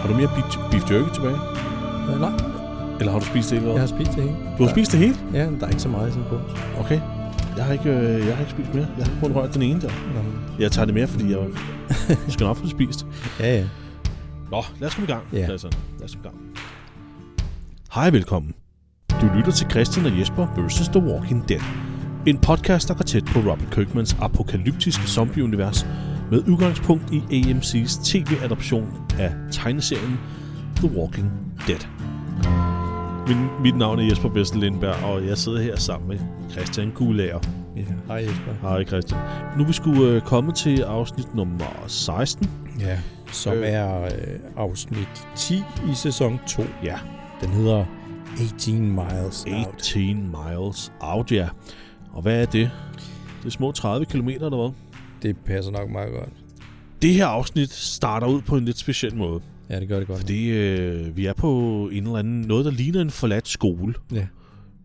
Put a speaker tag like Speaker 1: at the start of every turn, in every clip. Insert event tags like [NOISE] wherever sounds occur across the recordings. Speaker 1: Har du mere beef, beef jerky tilbage?
Speaker 2: Øh, nej,
Speaker 1: Eller har du spist det hele?
Speaker 2: jeg
Speaker 1: Ja.
Speaker 2: har spist det hele.
Speaker 1: Du har spist det hele?
Speaker 2: Ja, men der er ikke så meget i sådan en pose.
Speaker 1: Okay. Jeg har ikke, øh, jeg har ikke spist mere. Jeg har kun rørt den ene der.
Speaker 2: Nå.
Speaker 1: Jeg tager det mere, fordi [LAUGHS] jeg skal nok få det spist.
Speaker 2: Ja, ja.
Speaker 1: Nå, lad os komme i gang.
Speaker 2: Ja.
Speaker 1: Lad, os, lad os komme i gang. Hej og velkommen. Du lytter til Christian og Jesper vs. The Walking Dead. En podcast, der går tæt på Robert Kirkmans apokalyptiske zombieunivers med udgangspunkt i AMC's tv-adoption af tegneserien The Walking Dead. Min, mit navn er Jesper Vesterlindberg, og jeg sidder her sammen med Christian Gulager.
Speaker 2: ja. Hej Jesper.
Speaker 1: Hej Christian. Nu er vi skulle øh, komme til afsnit nummer 16.
Speaker 2: Ja, som
Speaker 1: Øh.
Speaker 2: øh. er øh, afsnit 10 i sæson 2.
Speaker 1: Ja,
Speaker 2: Den hedder 18 Miles Out.
Speaker 1: 18 miles out, ja. Og hvad er det? Det er små 30 km eller hvad?
Speaker 2: Det passer nok meget godt.
Speaker 1: Det her afsnit starter ud på en lidt speciel måde,
Speaker 2: Ja, det gør det godt.
Speaker 1: fordi øh, vi er på en eller anden, noget, der ligner en forladt skole.
Speaker 2: Ja.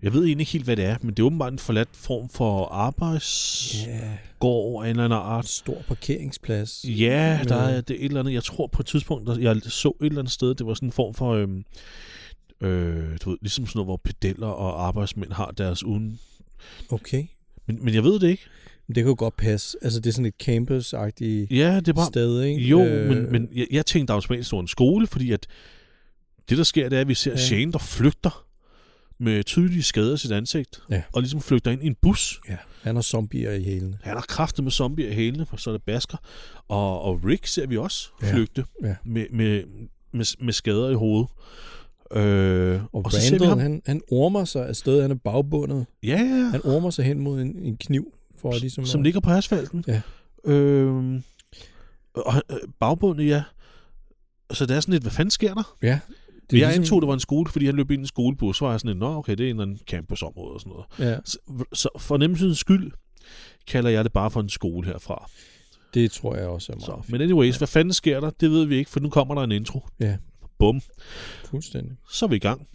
Speaker 1: Jeg ved egentlig ikke helt, hvad det er, men det er åbenbart en forladt form for arbejdsgård
Speaker 2: Ja,
Speaker 1: af en eller anden
Speaker 2: en
Speaker 1: art.
Speaker 2: stor parkeringsplads.
Speaker 1: Ja, der
Speaker 2: Ja.
Speaker 1: er det er et eller andet. Jeg tror på et tidspunkt, der, jeg så et eller andet sted, det var sådan en form for, øhm, øh, du ved, ligesom sådan noget, hvor pedeller og arbejdsmænd har deres uden...
Speaker 2: Okay.
Speaker 1: Men, men jeg ved det ikke.
Speaker 2: Men Det kunne godt passe. Altså, det er sådan et campus-agtigt
Speaker 1: Ja, det er bare,
Speaker 2: sted, ikke?
Speaker 1: Jo, øh... men, men jeg, jeg tænkte automatisk, det var en skole, fordi at det, der sker, det er, at vi ser ja.
Speaker 2: Ja.
Speaker 1: Shane, der flygter med tydelige skader i sit ansigt,
Speaker 2: Ja.
Speaker 1: og ligesom flygter ind i en bus.
Speaker 2: Ja, han har zombier i hælene.
Speaker 1: Han har kræfter med zombier i hælene, for så er det basker. Og, og Rick ser vi også
Speaker 2: Ja.
Speaker 1: flygte
Speaker 2: Ja.
Speaker 1: Med, med, med, med skader i hovedet. Øh,
Speaker 2: Og, og
Speaker 1: så ser vi ham.
Speaker 2: Randall, han, han ormer sig afsted. Han er bagbundet.
Speaker 1: Ja, ja, ja.
Speaker 2: Han ormer sig hen mod en, en kniv, for at ligesom...
Speaker 1: som
Speaker 2: at-
Speaker 1: ligger på asfalten.
Speaker 2: Ja.
Speaker 1: Øh, og han- øh, bagbundet, ja. Så det er sådan lidt, hvad fanden sker der?
Speaker 2: Ja.
Speaker 1: Det jeg ligesom... antog, det var en skole, fordi han løb ind i en skolebus, så var jeg sådan, lidt, nå okay, det er en eller anden campusområde og sådan noget.
Speaker 2: Ja,
Speaker 1: Så, så for nemmelsens skyld kalder jeg det bare for en skole herfra.
Speaker 2: det tror jeg også er meget.
Speaker 1: Så. Men anyways, hvad fanden sker der? Det ved vi ikke, for nu kommer der en intro.
Speaker 2: Ja.
Speaker 1: Bum,
Speaker 2: Fuldstændig.
Speaker 1: så er vi i gang.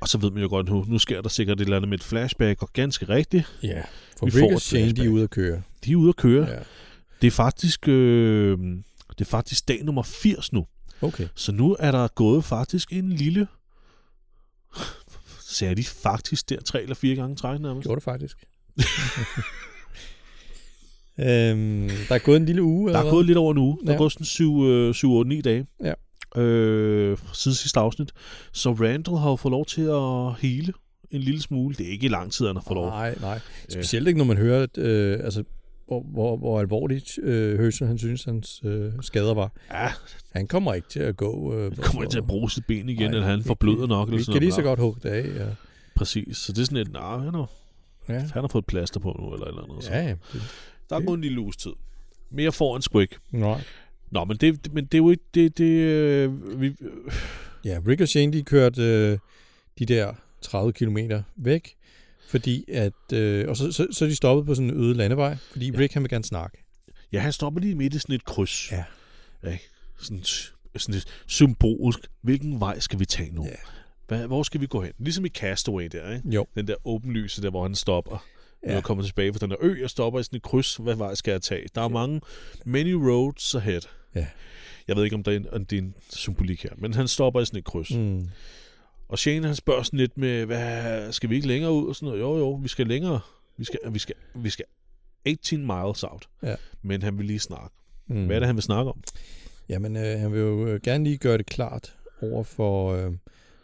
Speaker 1: Og så ved man jo godt nu, nu sker der sikkert et eller andet med et flashback, og ganske rigtigt,
Speaker 2: Ja. For
Speaker 1: Vi
Speaker 2: vi
Speaker 1: får
Speaker 2: Rick
Speaker 1: et
Speaker 2: og Shane, de er
Speaker 1: flashback.
Speaker 2: ude at køre.
Speaker 1: de er ude at køre. Ja.
Speaker 2: Ja.
Speaker 1: Det er faktisk... Øh, det er faktisk dag nummer 80 nu.
Speaker 2: Okay.
Speaker 1: Så nu er der gået faktisk en lille... Sagde de faktisk der tre eller fire gange i træk nærmest?
Speaker 2: Gjorde det faktisk. [LAUGHS] øhm, der er gået en lille uge.
Speaker 1: Der er
Speaker 2: eller
Speaker 1: gået lidt over en uge. Der er
Speaker 2: Ja.
Speaker 1: gået sådan 7, øh, 7 8, 9 dage.
Speaker 2: Ja.
Speaker 1: Øh, siden sidste afsnit. Så Randall har jo fået lov til at hele en lille smule. Det er ikke i lang tid, han har fået
Speaker 2: hvad?
Speaker 1: lov.
Speaker 2: Nej, nej. Specielt ikke, når man hører, at, øh, altså, hvor, hvor, hvor alvorligt øh, Høsel, han synes, hans øh, skader var.
Speaker 1: Ja,
Speaker 2: Han kommer ikke til at gå... Øh,
Speaker 1: han kommer ikke til at bruge sit ben igen,
Speaker 2: Nej,
Speaker 1: eller han
Speaker 2: vi-
Speaker 1: forbløder nok. Eller
Speaker 2: Vi
Speaker 1: sådan
Speaker 2: kan lige
Speaker 1: noget.
Speaker 2: så godt hugge det af. Ja,
Speaker 1: Præcis. Så det er sådan et, nej, han har,
Speaker 2: ja.
Speaker 1: han har fået et plaster på nu, eller et eller andet. Så.
Speaker 2: ja, ja.
Speaker 1: Der er gået en lille uges tid. Mere får han sgu ikke.
Speaker 2: Nej.
Speaker 1: Nå, men det, men det er jo ikke... Det, det, øh, vi,
Speaker 2: Ja, Rick og Shane, de kørte øh, de der 30 km væk, fordi at, øh, og så, så, så er de stoppet på sådan en øde landevej, fordi ja. Rick, han vil gerne snakke.
Speaker 1: ja, han stopper lige midt i sådan et kryds.
Speaker 2: Ja.
Speaker 1: Ja, sådan, sådan lidt symbolisk. Hvilken vej skal vi tage nu?
Speaker 2: Ja.
Speaker 1: Hvad, hvor skal vi gå hen? Ligesom i Castaway der, ikke?
Speaker 2: Jo.
Speaker 1: Den der åbenlyse der, hvor han stopper. Ja.
Speaker 2: Ja.
Speaker 1: Når jeg kommer tilbage fra den der ø, jeg stopper i sådan et kryds. Hvad vej skal jeg tage? Der er mange, many roads ahead.
Speaker 2: Ja.
Speaker 1: Jeg ved ikke, om, der er en, om det er en symbolik her, men han stopper i sådan et kryds. Mm.
Speaker 2: Mm.
Speaker 1: Og Shane, han spørger sådan lidt med, hvad, skal vi ikke længere ud? Og sådan noget. Jo, jo, vi skal længere. Vi skal, vi skal, vi skal 18 miles out.
Speaker 2: Ja.
Speaker 1: Men han vil lige snakke.
Speaker 2: Mm.
Speaker 1: Hvad er det, han vil snakke om?
Speaker 2: Jamen, øh, han vil jo øh, gerne lige gøre det klart over for, øh,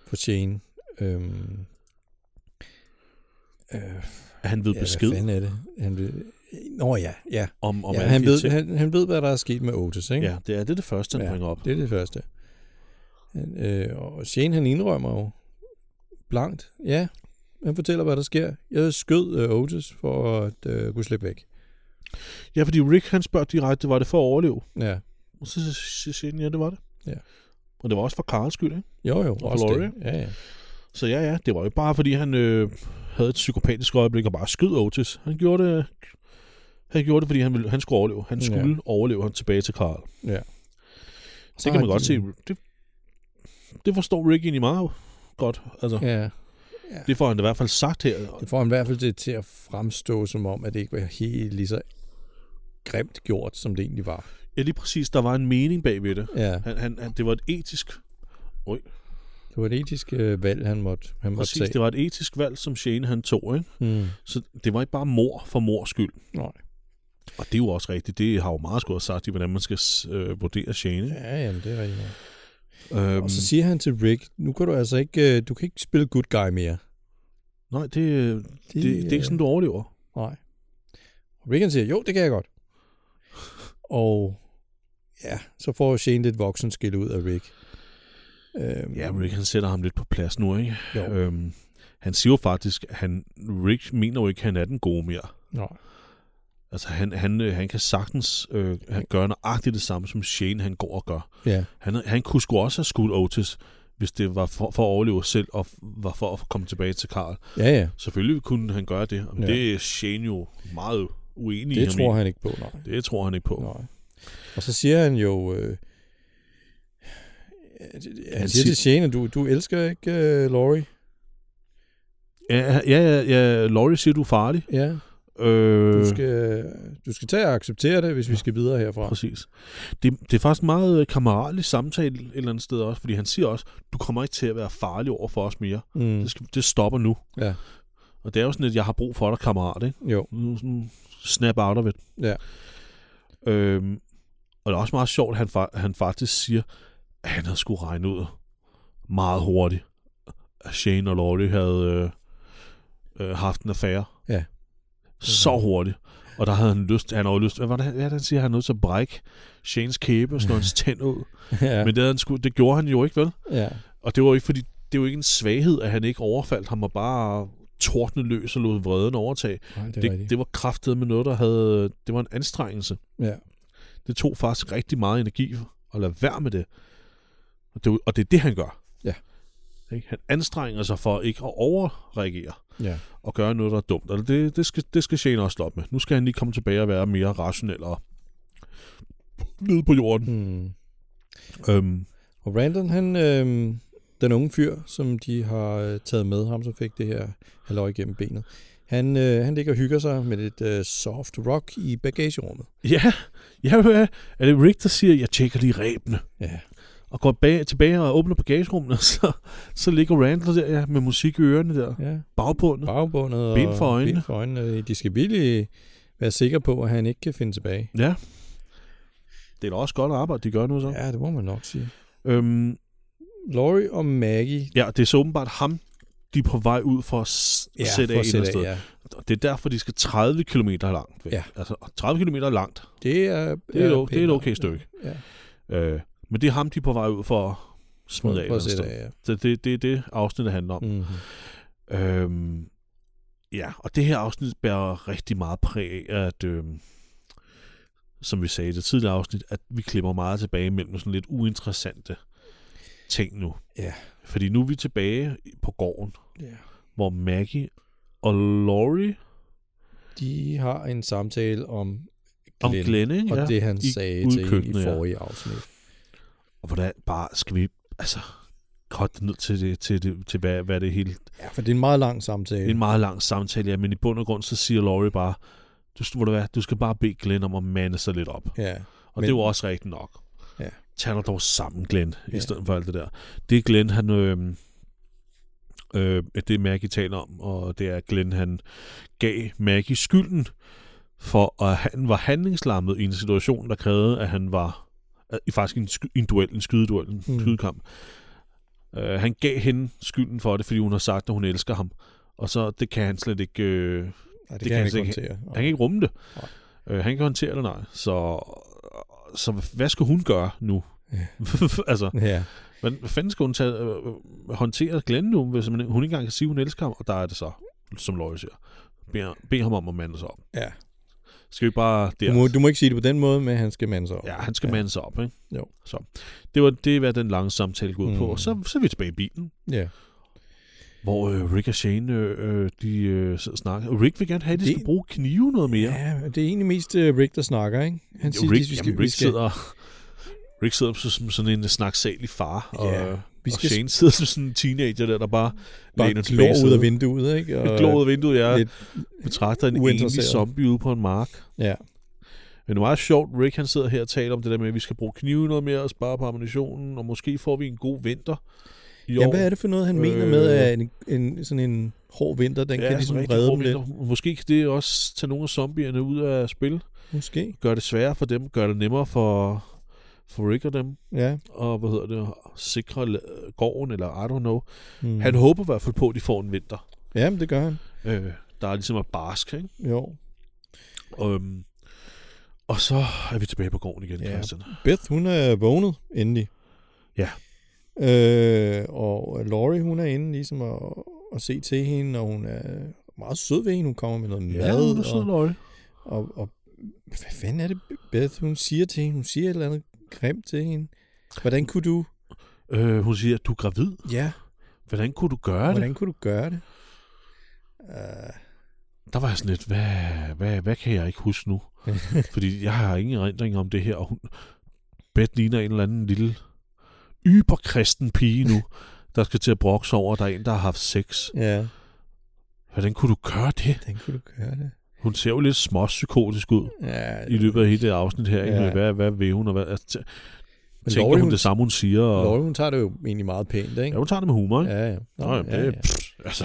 Speaker 2: for Shane. Øhm, øh,
Speaker 1: At han ved ja,
Speaker 2: ja,
Speaker 1: besked
Speaker 2: Hvad fanden er det? Han vil, øh, Nå ja, ja.
Speaker 1: om, om
Speaker 2: ja
Speaker 1: alle
Speaker 2: han,
Speaker 1: de her
Speaker 2: ved,
Speaker 1: ting.
Speaker 2: han, han ved, hvad der er sket med Otis, ikke?
Speaker 1: Ja, det er det, er det første, han ja.
Speaker 2: Ja.
Speaker 1: bringer op.
Speaker 2: Det er det første. Han, øh, og Shane, han indrømmer jo blankt. Ja, han fortæller, hvad der sker. Jeg skød øh, Otis for at øh, kunne slippe væk.
Speaker 1: Ja, fordi Rick, han spørger direkte, var det for at overleve?
Speaker 2: Ja.
Speaker 1: Og så siger- siger Shane, ja, det var det.
Speaker 2: Ja.
Speaker 1: Og det var også for Karls skyld, ikke?
Speaker 2: Jo, jo.
Speaker 1: for
Speaker 2: også det.
Speaker 1: Laurie.
Speaker 2: Ja, ja.
Speaker 1: Så ja, ja, det var jo ikke bare, fordi han øh, havde et psykopatisk øjeblik og bare skød Otis. Han gjorde det, han gjorde det fordi han, ville, han skulle overleve. Han
Speaker 2: Ja.
Speaker 1: skulle ja. overleve han tilbage til Karl.
Speaker 2: ja.
Speaker 1: Det kan man godt se. Det, det forstår Rick egentlig meget godt. Altså, ja.
Speaker 2: Ja.
Speaker 1: Det får han da i hvert fald sagt her.
Speaker 2: Det får han i hvert fald til, til at fremstå som om, at det ikke var helt lige så grimt gjort, som det egentlig var.
Speaker 1: Ja, lige præcis. Der var en mening bag ved det.
Speaker 2: Ja,
Speaker 1: Han, han, han, det var et etisk,
Speaker 2: det var et etisk øh, valg, han måtte, han måtte
Speaker 1: præcis,
Speaker 2: tage.
Speaker 1: det var et etisk valg, som Shane han tog. Ikke?
Speaker 2: Mm.
Speaker 1: Så det var ikke bare mor for mors skyld.
Speaker 2: Nej.
Speaker 1: Og det er jo også rigtigt. Det har jo meget godt sagt i, hvordan man skal øh, vurdere Shane. ikke?
Speaker 2: Ja, jamen, det er rigtigt. nok.
Speaker 1: Øhm,
Speaker 2: Og så siger han til Rick, nu kan du altså ikke, øh, du kan ikke spille good guy mere.
Speaker 1: nej, det, det, det, det er ikke sådan, du overlever.
Speaker 2: Nej. Og Regan siger, jo, det kan jeg godt. Og ja, så får Shane lidt voksenskil ud af Rick. Øhm,
Speaker 1: Ja, Rick han sætter ham lidt på plads nu, ikke?
Speaker 2: Jo.
Speaker 1: Øhm, han siger jo faktisk, at han, Rick mener jo ikke, at han er den gode mere.
Speaker 2: Nej.
Speaker 1: Altså, han, han, øh, han kan sagtens øh, han gør nøjagtigt det samme, som Shane han går og gør.
Speaker 2: Ja,
Speaker 1: Han, han kunne sgu også have skudt Otis, hvis det var for, for at overleve selv, og f- var for at komme tilbage til Karl.
Speaker 2: ja, ja.
Speaker 1: Selvfølgelig kunne han gøre det, men
Speaker 2: Ja.
Speaker 1: ja. det er Shane jo meget uenig i
Speaker 2: Det
Speaker 1: ham
Speaker 2: tror
Speaker 1: i.
Speaker 2: han ikke på, nej.
Speaker 1: Det tror han ikke på.
Speaker 2: nej. Og så siger han jo... Øh, han, han
Speaker 1: Han
Speaker 2: siger
Speaker 1: siger-
Speaker 2: til Shane, at du, du elsker ikke øh, Laurie.
Speaker 1: Ja, ja, ja, ja Laurie siger, du er farlig.
Speaker 2: Ja,
Speaker 1: Øh,
Speaker 2: du skal, du skal tage og acceptere det, hvis vi skal videre herfra.
Speaker 1: Præcis. Det, det er faktisk meget øh, kammeratlig samtale et eller andet sted også, fordi han siger også, du kommer ikke til at være farlig over for os mere.
Speaker 2: Mm.
Speaker 1: Det, skal, det stopper nu.
Speaker 2: Ja.
Speaker 1: Og det er jo sådan lidt, jeg har brug for dig, kammerat, ikke?
Speaker 2: Jo, [LAUGHS]
Speaker 1: Nu sådan, snap out of it.
Speaker 2: Ja.
Speaker 1: Øhm, og det er også meget sjovt, at han, fa- han faktisk siger, at han havde skulle regne ud meget hurtigt, at Shane og Laurie havde øh, øh, haft en affære.
Speaker 2: Ja.
Speaker 1: Så hurtigt. Og der havde han lyst, han havde jo lyst, hvad var det, han- hvad er det, han siger, han havde lyst til at brække Shanes kæbe og slå
Speaker 2: [LAUGHS]
Speaker 1: hans tænd ud.
Speaker 2: ja,
Speaker 1: Ja. Men det, havde han sku, det gjorde han jo ikke, vel?
Speaker 2: ja.
Speaker 1: Og det var jo ikke, fordi det er jo ikke en svaghed, at han ikke overfaldt ham og bare tordne løs og lod vreden overtage.
Speaker 2: Nej, det er
Speaker 1: Det,
Speaker 2: rigtigt.
Speaker 1: det var kraftet med noget, der havde... Det var en anstrengelse.
Speaker 2: Ja.
Speaker 1: Det tog faktisk rigtig meget energi at lade være med det. Og det, og det er det, han gør.
Speaker 2: Ja.
Speaker 1: Ikke? Han anstrenger sig for ikke at overreagere
Speaker 2: ja.
Speaker 1: og gøre noget, der er dumt. Og det, det, skal, det skal Shane også stoppe med. Nu skal han lige komme tilbage og være mere rationel og nede på jorden.
Speaker 2: Mm.
Speaker 1: Øhm,
Speaker 2: Og Brandon, han, øh, den unge fyr, som de har øh, taget med, ham som fik det her halløj gennem benet, han, øh, han ligger og hygger sig med lidt øh, soft rock i bagagerummet.
Speaker 1: ja, ja, ja, er det Rick, der siger, jeg tjekker lige ræbene?
Speaker 2: Ja.
Speaker 1: Og går bag, tilbage og åbner bagagerummet, [LAUGHS] og så, så ligger Randall der ja, med musik i ørerne der.
Speaker 2: ja.
Speaker 1: Bagbundet.
Speaker 2: Bagbundet og
Speaker 1: Bind for øjnene.
Speaker 2: bind for øjnene. Øh, De skal virkelig være sikre på, at han ikke kan finde tilbage.
Speaker 1: Ja. Det er da også godt arbejde, de gør nu så. Ja.
Speaker 2: Ja, det må man nok sige.
Speaker 1: Øhm,
Speaker 2: Laurie og Maggie.
Speaker 1: ja, det er så åbenbart ham, de er på vej ud for at s- ja, sætte
Speaker 2: for
Speaker 1: af
Speaker 2: at
Speaker 1: et
Speaker 2: sætte
Speaker 1: eller sted.
Speaker 2: ja.
Speaker 1: Og Det er derfor, de skal 30 km langt væk.
Speaker 2: Ja.
Speaker 1: Altså, 30 km langt,
Speaker 2: Det er,
Speaker 1: det er, jo,
Speaker 2: er
Speaker 1: det er et
Speaker 2: pænt.
Speaker 1: okay stykke.
Speaker 2: Ja.
Speaker 1: Øh, men det er ham, de er på vej ud for at smide af et
Speaker 2: For
Speaker 1: eller
Speaker 2: at
Speaker 1: andet
Speaker 2: sætte
Speaker 1: sted.
Speaker 2: af, ja.
Speaker 1: Så det, det er det, afsnittet handler om. Mm.
Speaker 2: Mm-hmm.
Speaker 1: Øhm, ja, og det her afsnit bærer rigtig meget præg af, at, øhm, som vi sagde i det tidligere afsnit, at vi klipper meget tilbage mellem sådan lidt uinteressante ting nu.
Speaker 2: Ja.
Speaker 1: Fordi nu er vi tilbage på gården,
Speaker 2: ja.
Speaker 1: hvor Maggie og Laurie
Speaker 2: De har en samtale om
Speaker 1: om
Speaker 2: Glenn.
Speaker 1: Glenn, ikke?
Speaker 2: Og
Speaker 1: Ja.
Speaker 2: ja, det han
Speaker 1: i-
Speaker 2: sagde
Speaker 1: ude i
Speaker 2: til hende i
Speaker 1: køkkenet, ja.
Speaker 2: forrige ja. afsnit.
Speaker 1: Og hvordan bare skal vi, altså, cut det ned til, det, til, det, til hvad, hvad det hele
Speaker 2: Ja, for det er en meget lang
Speaker 1: Det er
Speaker 2: samtale.
Speaker 1: en meget lang samtale, ja, men i bund og grund, så siger Laurie bare, du, skal- ved du, hvad, du skal bare bede Glenn om at mande sig lidt op.
Speaker 2: Ja,
Speaker 1: Og
Speaker 2: Men-
Speaker 1: men... det var også rigtigt nok.
Speaker 2: Ja.
Speaker 1: Tag dig dog sammen, Glenn, ja.
Speaker 2: Ja.
Speaker 1: i stedet for alt det der. Det er Glenn, han... Øh, øh, det er Maggie taler om, og det er Glenn, han gav Maggie skylden for, at han var handlingslammet i en situation, der krævede, at han var at- i faktisk en, sky, en duel, en skydeduel, en
Speaker 2: Mm.
Speaker 1: mm. skydekamp. Øh, han gav hende skylden for det, fordi hun har sagt, at hun elsker ham. Og så, det kan han slet ikke... Øh,
Speaker 2: Nej, det,
Speaker 1: det
Speaker 2: kan han
Speaker 1: kan
Speaker 2: ikke
Speaker 1: jeg
Speaker 2: håndtere.
Speaker 1: han kan ikke rumme det.
Speaker 2: Nej.
Speaker 1: Øh, han kan håndtere det, nej. Så, så hvad skal hun gøre nu?
Speaker 2: Ja.
Speaker 1: [LAUGHS] altså,
Speaker 2: Ja,
Speaker 1: hvad, hvad fanden skal hun tage, øh, øh, håndtere Glenn nu, hvis man, hun ikke engang kan sige, hun elsker ham? Og der er det så, som Løje siger. Bed, bed ham om at mande sig op.
Speaker 2: ja.
Speaker 1: Skal vi bare der?
Speaker 2: Du, må, du må ikke sige det på den måde, men han skal mande sig op.
Speaker 1: Ja, han skal
Speaker 2: Ja.
Speaker 1: ja. mande sig op, ikke?
Speaker 2: Jo.
Speaker 1: Så, det var det, hvad den lange samtale går ud mm. på.
Speaker 2: Mm.
Speaker 1: Og så, så er vi tilbage i bilen,
Speaker 2: ja.
Speaker 1: hvor øh, Rick og Shane, øh, øh, de øh, sidder og snakker. Og Rick vil gerne have, at de skal
Speaker 2: Det-
Speaker 1: bruge knive noget mere.
Speaker 2: ja men det er egentlig mest uh, Rick, der snakker, ikke? Han
Speaker 1: Jo, Rick,
Speaker 2: at vi
Speaker 1: jamen,
Speaker 2: vi
Speaker 1: Rick sidder, Rick sidder så- som sådan en snaksalig far, og,
Speaker 2: Ja,
Speaker 1: yeah,
Speaker 2: vi
Speaker 1: vi
Speaker 2: skal
Speaker 1: skal og Shane sidder som sådan en teenager der, der bare,
Speaker 2: bare
Speaker 1: læner
Speaker 2: glår
Speaker 1: tilbage i
Speaker 2: ud af
Speaker 1: sædet.
Speaker 2: vinduet, ikke?
Speaker 1: glår ud af vinduet, jeg
Speaker 2: lidt
Speaker 1: betragter en enlig
Speaker 2: uinteresseret.
Speaker 1: zombie ude på en mark.
Speaker 2: Ja,
Speaker 1: Men det er meget sjovt, Rick han sidder her og taler om det der med, at vi skal bruge knive noget mere og spare på ammunitionen, og måske får vi en god vinter i
Speaker 2: Ja,
Speaker 1: år.
Speaker 2: hvad er det for noget, han øh, mener
Speaker 1: Øh.
Speaker 2: med, at en, en, sådan en hård vinter, den ja, kan ligesom
Speaker 1: sådan rigtig
Speaker 2: redde
Speaker 1: hård
Speaker 2: dem lidt?
Speaker 1: vinter. Måske kan det også tage nogle af zombierne ud af spil.
Speaker 2: Måske.
Speaker 1: Gør det sværere for dem, gør det nemmere for, for Rick og dem,
Speaker 2: Ja.
Speaker 1: og hvad hedder det, sikre la- gården, eller I don't know.
Speaker 2: Mm.
Speaker 1: Han håber i hvert fald på, at de får en vinter,
Speaker 2: Jamen, det gør han.
Speaker 1: øh, der er ligesom er barsk, ikke?
Speaker 2: Jo.
Speaker 1: Og, øhm, og så er vi tilbage på gården igen,
Speaker 2: Ja.
Speaker 1: ja. Christian.
Speaker 2: Beth, hun er vågnet endelig.
Speaker 1: Ja.
Speaker 2: Øh, og Laurie, hun er inde ligesom at, at se til hende, og hun er meget sød ved hende. Hun kommer med noget mad.
Speaker 1: og,
Speaker 2: og, og, og, hvad fanden er det, Beth, hun siger til hende? Hun siger et eller andet grimt til hende. Hvordan kunne du?
Speaker 1: øh, hun siger, at du er gravid.
Speaker 2: Ja,
Speaker 1: Hvordan kunne du gøre det?
Speaker 2: hvordan kunne du gøre det? Uh,
Speaker 1: Der var jeg sådan lidt, hvad, hvad, hvad kan jeg ikke huske
Speaker 2: [LAUGHS]
Speaker 1: nu? Fordi jeg har ingen erindring om det her, og hun, Beth ligner en eller anden lille yberkristen pige nu, der skal til at brokke sig over, at der er en, der har haft sex.
Speaker 2: ja,
Speaker 1: Hvordan kunne du gøre det?
Speaker 2: hvordan kunne du gøre det?
Speaker 1: Hun ser jo lidt småpsykotisk ud
Speaker 2: Ja,
Speaker 1: i løbet af hele det afsnit her. Ikke?
Speaker 2: Ja.
Speaker 1: Med, hvad, hvad vil hun? Og hvad, altså, tæ-
Speaker 2: Men
Speaker 1: tænker
Speaker 2: Laurie,
Speaker 1: hun
Speaker 2: hun-
Speaker 1: det samme, hun siger? Og,
Speaker 2: Laurie, hun tager det jo egentlig meget pænt, ikke?
Speaker 1: ja, hun tager det med humor, ikke?
Speaker 2: Ja, ja.
Speaker 1: Nå, Nå, jamen, det,
Speaker 2: ja, ja.
Speaker 1: Pff, altså,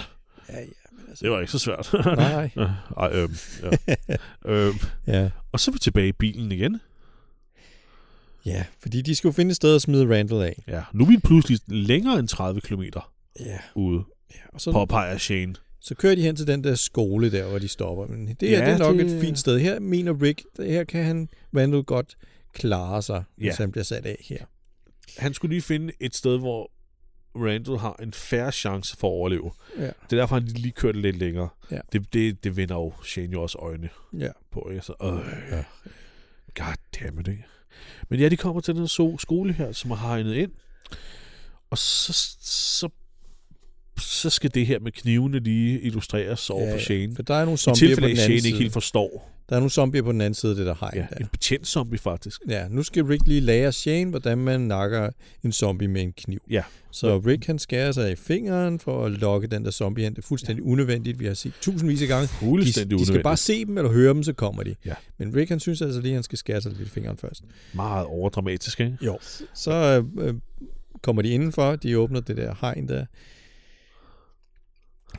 Speaker 2: ja, ja. men altså-
Speaker 1: det var ikke så svært.
Speaker 2: [LAUGHS] Nej.
Speaker 1: Ej, øhm, ja. øhm,
Speaker 2: Ja.
Speaker 1: og så er vi tilbage i bilen igen.
Speaker 2: ja, fordi de skulle finde et sted at smide Randall af.
Speaker 1: Ja, nu er vi pludselig længere end 30 km
Speaker 2: Ja.
Speaker 1: ude,
Speaker 2: ja. Og så,
Speaker 1: påpeger Shane.
Speaker 2: så kører de hen til den der skole der, hvor de stopper. Men det, ja,
Speaker 1: Ja,
Speaker 2: det er nok det...
Speaker 1: det-
Speaker 2: et fint sted. Her mener Rick, det her kan han Randall godt klare sig, ja. hvis
Speaker 1: Ja.
Speaker 2: han bliver sat af her.
Speaker 1: Han skulle lige finde et sted, hvor Randall har en færre chance for at overleve.
Speaker 2: Ja.
Speaker 1: Det er derfor, han lige kørte lidt længere.
Speaker 2: Ja.
Speaker 1: Det, det, det vender jo Shane jo også øjne
Speaker 2: Ja.
Speaker 1: på. Ikke? Så, øh,
Speaker 2: Ja.
Speaker 1: ja. God damn it, ikke? Men ja, de kommer til den her so- skole her, som har hegnet ind. Og så, så, så skal det her med knivene lige illustreres over ja, for Shane.
Speaker 2: For der er nogle
Speaker 1: I
Speaker 2: zombier på
Speaker 1: tilfælde,
Speaker 2: den
Speaker 1: af, at
Speaker 2: anden
Speaker 1: Shane
Speaker 2: side.
Speaker 1: ikke helt forstår.
Speaker 2: Der er nogle zombier på den anden side af det der hegn.
Speaker 1: Ja,
Speaker 2: Ja. Der.
Speaker 1: en betjent zombie, faktisk.
Speaker 2: ja, nu skal Rick lige lære Shane, hvordan man nakker en zombie med en kniv.
Speaker 1: Ja.
Speaker 2: Så Rick han skærer sig i fingeren for at lokke den der zombie hen. Det er fuldstændig ja. unødvendigt. Vi har set tusindvis af gange.
Speaker 1: Fuldstændig
Speaker 2: de, de skal
Speaker 1: unødvendigt.
Speaker 2: bare se dem eller høre dem, så kommer de.
Speaker 1: Ja.
Speaker 2: Men Rick han synes altså lige, at han skal skære sig lidt i fingeren først.
Speaker 1: Meget overdramatisk, ikke?
Speaker 2: Jo. Så øh, øh, kommer de indenfor, de åbner det der hegn der.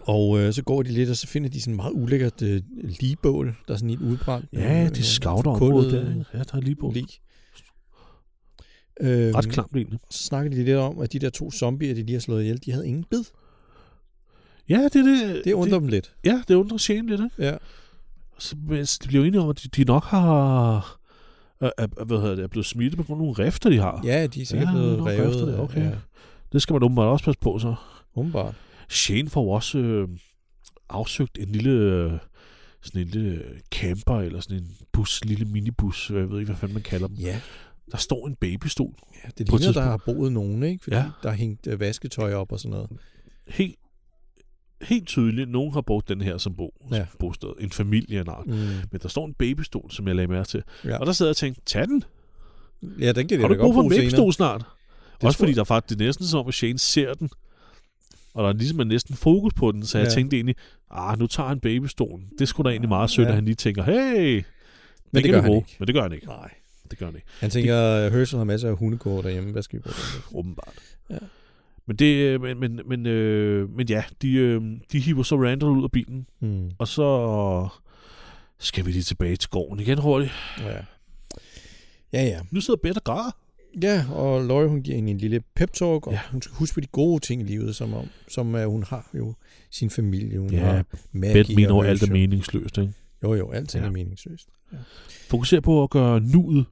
Speaker 2: Og øh, så går de lidt, og så finder de sådan en meget ulækkert øh, ligebål, der er sådan helt udbrændt. øh,
Speaker 1: Ja, de skavter området der. ikke? Ja, der er lige på.
Speaker 2: Lig. Øhm,
Speaker 1: Ret klamt egentlig.
Speaker 2: Så snakker de lidt om, at de der to zombier, de lige har slået ihjel, de havde ingen bid.
Speaker 1: Ja, det, er Øh, det,
Speaker 2: Det undrer dem lidt.
Speaker 1: det, ja, det undrer Shane lidt, ikke?
Speaker 2: Ja.
Speaker 1: Så, men de bliver jo enige om, at de, de nok har... Er, er, hvad hedder det, er blevet smittet på grund af nogle rifter, de har.
Speaker 2: Ja, de er sikkert
Speaker 1: Ja,
Speaker 2: blevet
Speaker 1: nok
Speaker 2: revet.
Speaker 1: efter det,
Speaker 2: af-
Speaker 1: okay.
Speaker 2: Ja,
Speaker 1: Det skal man åbenbart også passe på, så.
Speaker 2: umiddelbart.
Speaker 1: Shane får jo også øh, afsøgt en lille... Øh, sådan en lille camper, eller sådan en bus, lille minibus, øh, jeg ved ikke, hvad fanden man kalder dem.
Speaker 2: Ja,
Speaker 1: Der står en babystol,
Speaker 2: ja det
Speaker 1: På et
Speaker 2: ligner, der
Speaker 1: tidspunkt-
Speaker 2: har boet nogen, ikke? Fordi ja.
Speaker 1: Ja. Mm.
Speaker 2: der er hængt øh, vasketøj op og sådan noget.
Speaker 1: helt, helt tydeligt, nogen har brugt den her som bo,
Speaker 2: Ja.
Speaker 1: ja. bosted. En familie af en art.
Speaker 2: Mm.
Speaker 1: Men der står en babystol, som jeg lagde mærke til.
Speaker 2: Ja.
Speaker 1: Ja. Og der sad jeg og tænkte, tag den.
Speaker 2: Ja, den kan de
Speaker 1: Har du
Speaker 2: da
Speaker 1: ikke brug
Speaker 2: godt
Speaker 1: for en
Speaker 2: bruge senere.
Speaker 1: babystol snart? Det
Speaker 2: tror
Speaker 1: Også fordi der faktisk, det er næsten som om, at Shane ser den. Og der er ligesom er næsten fokus på den, så jeg
Speaker 2: Ja.
Speaker 1: tænkte egentlig, ah, nu tager han babystolen. Det skulle da egentlig meget sødt,
Speaker 2: Ja.
Speaker 1: ja. at han lige tænker, hey, det,
Speaker 2: Men det
Speaker 1: kan
Speaker 2: gør
Speaker 1: vi
Speaker 2: han
Speaker 1: bruge.
Speaker 2: ikke.
Speaker 1: Men det gør han ikke.
Speaker 2: Nej.
Speaker 1: Det gør han ikke,
Speaker 2: Han tænker, at Herschel har masser af hundekår derhjemme. Hvad skal vi bruge den til?
Speaker 1: åbenbart.
Speaker 2: Ja.
Speaker 1: Ja. Men, det, øh, men, men, men, øh, men ja, de, øh, de hiver så Randall ud af bilen,
Speaker 2: Mm.
Speaker 1: og så skal vi lige tilbage til gården igen hurtigt.
Speaker 2: Ja. Ja, ja.
Speaker 1: Nu sidder Bette og græder.
Speaker 2: Ja, og Laurie, hun giver hende en lille pep-talk, og ja.
Speaker 1: Ja.
Speaker 2: hun skal huske på de gode ting i livet, som, om, som uh, hun har jo sin familie, hun
Speaker 1: Ja,
Speaker 2: har Maggie
Speaker 1: Bette mener jo,
Speaker 2: og
Speaker 1: alt er
Speaker 2: Herschel.
Speaker 1: meningsløst, ikke?
Speaker 2: Jo, jo, alting ja.
Speaker 1: Ja.
Speaker 2: er meningsløst.
Speaker 1: Fokuser på at gøre nuet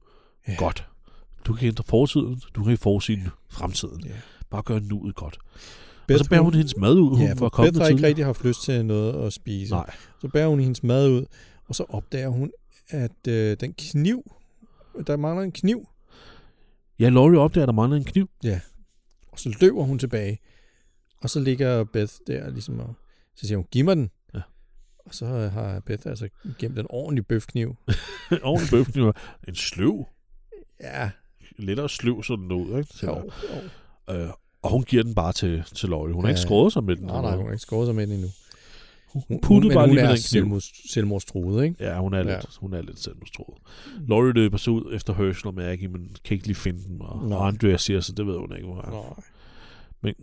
Speaker 2: Ja.
Speaker 1: ja. godt. Du kan ændre fortiden, du kan forudsige fremtiden.
Speaker 2: Ja.
Speaker 1: Bare gøre nuet godt.
Speaker 2: Beth,
Speaker 1: og så bærer hun hendes mad ud, hun
Speaker 2: ja,
Speaker 1: ja, var
Speaker 2: for
Speaker 1: kommet
Speaker 2: Beth har
Speaker 1: til.
Speaker 2: ikke rigtig haft lyst til noget at spise.
Speaker 1: Nej,
Speaker 2: Så bærer hun hendes mad ud, og så opdager hun, at øh, den kniv, der mangler en kniv,
Speaker 1: ja, Laurie opdager, at der mangler en
Speaker 2: [LAUGHS]
Speaker 1: kniv.
Speaker 2: og så løber hun tilbage. Og så ligger Beth der ligesom og så siger hun, giv mig den.
Speaker 1: Ja.
Speaker 2: Og så har Beth altså gemt en ordentlig bøfkniv.
Speaker 1: Oven i bøffen jo en sløv.
Speaker 2: Ja,
Speaker 1: Lettere sløv, sådan noget. Ikke? Så,
Speaker 2: jo, jo.
Speaker 1: øh, og hun giver den bare til, til Laurie. Hun har
Speaker 2: Ja.
Speaker 1: ikke skåret sig med den.
Speaker 2: Nej, nej, hun har ikke skåret sig med den endnu.
Speaker 1: Hun puttede bare lige med den kniv.
Speaker 2: selvmords, selvmordstroet, ikke?
Speaker 1: Ja, hun er
Speaker 2: Ja.
Speaker 1: lidt, hun er lidt selvmordstroet. Laurie løber så ud efter Herschel og Maggie, men kan ikke lige finde dem. Og,
Speaker 2: Nej.
Speaker 1: og Andrea siger så, det ved hun ikke, hvor er.
Speaker 2: Nej.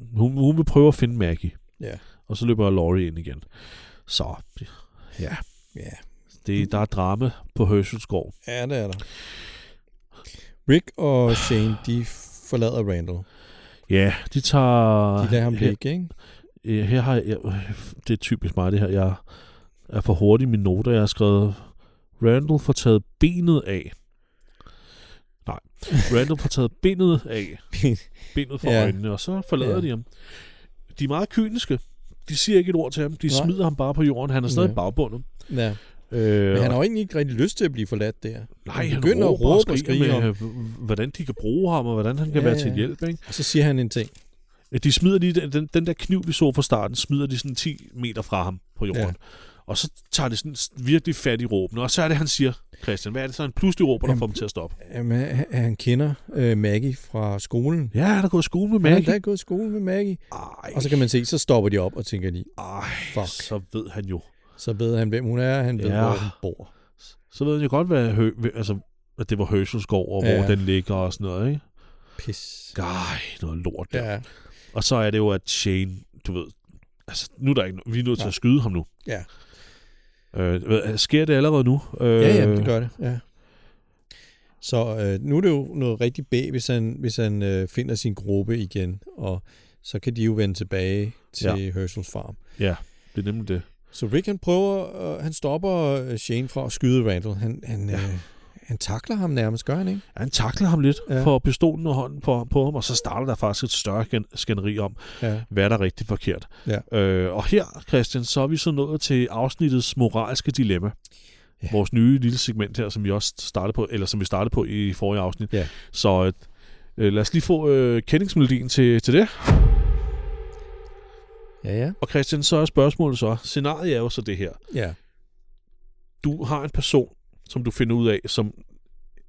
Speaker 1: Men hun, hun vil prøve at finde Maggie,
Speaker 2: Ja.
Speaker 1: og så løber Laurie ind igen. Så, ja,
Speaker 2: Ja.
Speaker 1: det, der er drama på Herschels gård.
Speaker 2: ja, det er der. Rick og Shane, de forlader Randall.
Speaker 1: Ja, de tager...
Speaker 2: De lader ham
Speaker 1: her,
Speaker 2: ligge,
Speaker 1: [LAUGHS]
Speaker 2: ikke?
Speaker 1: øh, her har jeg, øh, Det er typisk mig, det her. Jeg er for hurtig i mine noter. Jeg har skrevet, Randall får taget benet af. Nej. Randall får taget benet af. Benet fra
Speaker 2: Ja.
Speaker 1: ja. øjnene, og så forlader
Speaker 2: Ja.
Speaker 1: ja. de ham. De er meget kyniske. De siger ikke et ord til ham. De
Speaker 2: Nej.
Speaker 1: Nej. smider ham bare på jorden. Han er stadig
Speaker 2: Ja.
Speaker 1: ja. bagbundet.
Speaker 2: ja.
Speaker 1: Øh,
Speaker 2: Men han har jo egentlig ikke rigtig lyst til at blive forladt der.
Speaker 1: nej,
Speaker 2: han
Speaker 1: han
Speaker 2: begynder at råbe og skrige
Speaker 1: med, øh, hvordan de kan bruge ham, og hvordan han kan
Speaker 2: Ja,
Speaker 1: ja, være
Speaker 2: ja.
Speaker 1: til hjælp. Ikke?
Speaker 2: Og så siger han en ting.
Speaker 1: De smider lige den, den, den der kniv, vi så fra starten, smider de sådan 10 meter fra ham på jorden.
Speaker 2: Ja.
Speaker 1: Ja. Og så tager det sådan virkelig fat i råben. Og så er det, han siger, Christian, hvad er det så, han pludselig råber, der
Speaker 2: Jamen.
Speaker 1: får dem til at stoppe?
Speaker 2: Jamen, han, han kender øh, Maggie fra skolen.
Speaker 1: Ja, han er gået i skole med
Speaker 2: Maggie. Han er
Speaker 1: Maggie.
Speaker 2: da gået i skole med Maggie.
Speaker 1: Ej,
Speaker 2: Og så kan man se, så stopper de op og tænker lige,
Speaker 1: ej,
Speaker 2: fuck.
Speaker 1: så ved han jo.
Speaker 2: Så ved han, hvem hun er, han ved, ja.
Speaker 1: Ja.
Speaker 2: hvor hun bor.
Speaker 1: Så ved han jo godt, hvad, hø, hv- altså, at det var Herschels gård, og
Speaker 2: Ja.
Speaker 1: hvor den ligger og sådan noget, ikke?
Speaker 2: Pis.
Speaker 1: Ej, noget lort der. Ja.
Speaker 2: Ja,
Speaker 1: Og så er det jo, at Shane, du ved, altså, nu er der ikke, no- vi er nødt til
Speaker 2: Nej.
Speaker 1: at skyde ham nu.
Speaker 2: Ja.
Speaker 1: Øh, hvad- sker det allerede nu? Øh,
Speaker 2: ja, ja det gør det. Ja. Så øh, nu er det jo noget rigtig bag, hvis han, hvis han øh, finder sin gruppe igen, og så kan de jo vende tilbage til ja.
Speaker 1: Ja.
Speaker 2: Herschels farm.
Speaker 1: Det er nemlig det.
Speaker 2: Så Rick han prøver, øh, han stopper øh, Shane fra at skyde Randall. Han, han, ja.
Speaker 1: Ja.
Speaker 2: øh, han takler ham nærmest, gør han ikke?
Speaker 1: Han takler ham lidt,
Speaker 2: Ja.
Speaker 1: ja. får pistolen og hånden på, på ham, og så starter der faktisk et større gen- skænderi om,
Speaker 2: Ja.
Speaker 1: hvad der er rigtig forkert.
Speaker 2: Ja.
Speaker 1: Øh, og her, Christian, så er vi så nået til afsnittets moralske dilemma.
Speaker 2: Ja.
Speaker 1: Ja. Vores nye lille segment her, som vi også startede på, eller som vi startede på i forrige afsnit.
Speaker 2: Ja.
Speaker 1: Så øh, lad os lige få øh, kendingsmelodien til, til det.
Speaker 2: Ja, ja.
Speaker 1: Og Christian, så er spørgsmålet så, scenariet er jo så det her.
Speaker 2: Ja,
Speaker 1: Du har en person, som du finder ud af, som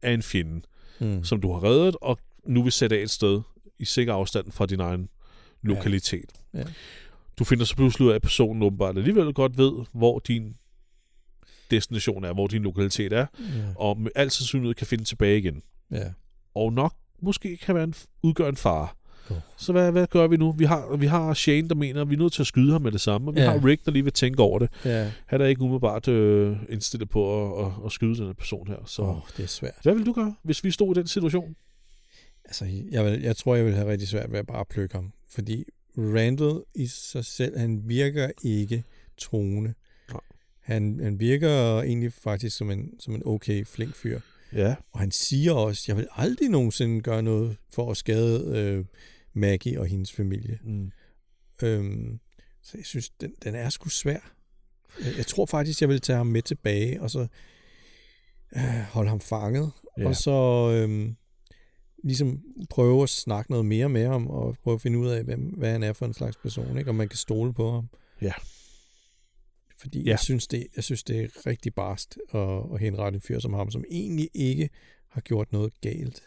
Speaker 1: er en fjende.
Speaker 2: mm.
Speaker 1: som du har reddet, og nu vil sætte af et sted i sikker afstand fra din egen lokalitet.
Speaker 2: Ja.
Speaker 1: Du finder så pludselig ud af, at personen åbenbart alligevel godt ved, hvor din destination er, hvor din lokalitet er,
Speaker 2: ja.
Speaker 1: og med al sandsynlighed kan finde tilbage igen.
Speaker 2: ja.
Speaker 1: Og nok måske kan være en, udgøre en fare.
Speaker 2: Jo.
Speaker 1: Så hvad, hvad gør vi nu? Vi har, vi har Shane, der mener, at vi er nødt til at skyde ham med det samme, og vi
Speaker 2: Ja.
Speaker 1: ja. har Rick, der lige vil tænke over det.
Speaker 2: ja.
Speaker 1: Han er ikke umiddelbart øh, indstillet på at, at, at skyde den her person her. Så
Speaker 2: Så. Oh, det er svært.
Speaker 1: hvad vil du gøre, hvis vi stod i den situation?
Speaker 2: Altså, jeg, vil, jeg tror, jeg vil have rigtig svært ved at bare plukke ham. Fordi Randall i sig selv, han virker ikke troende.
Speaker 1: Nej.
Speaker 2: Han, han virker egentlig faktisk som en, som en okay, flink fyr.
Speaker 1: Ja,
Speaker 2: Og han siger også, jeg vil aldrig nogensinde gøre noget for at skade øh, Maggie og hendes familie.
Speaker 1: mm.
Speaker 2: Øhm, så jeg synes, den, den er sgu svær. Jeg, jeg tror faktisk, jeg vil tage ham med tilbage, og så øh, holde ham fanget,
Speaker 1: ja.
Speaker 2: Og så øhm, ligesom prøve at snakke noget mere med ham, og prøve at finde ud af, hvem, hvad han er for en slags person, ikke? om man kan stole på ham.
Speaker 1: Ja.
Speaker 2: Fordi ja.
Speaker 1: Ja.
Speaker 2: jeg, synes, det, jeg synes, det er rigtig barst at, at henrette en fyr som ham, som egentlig ikke har gjort noget galt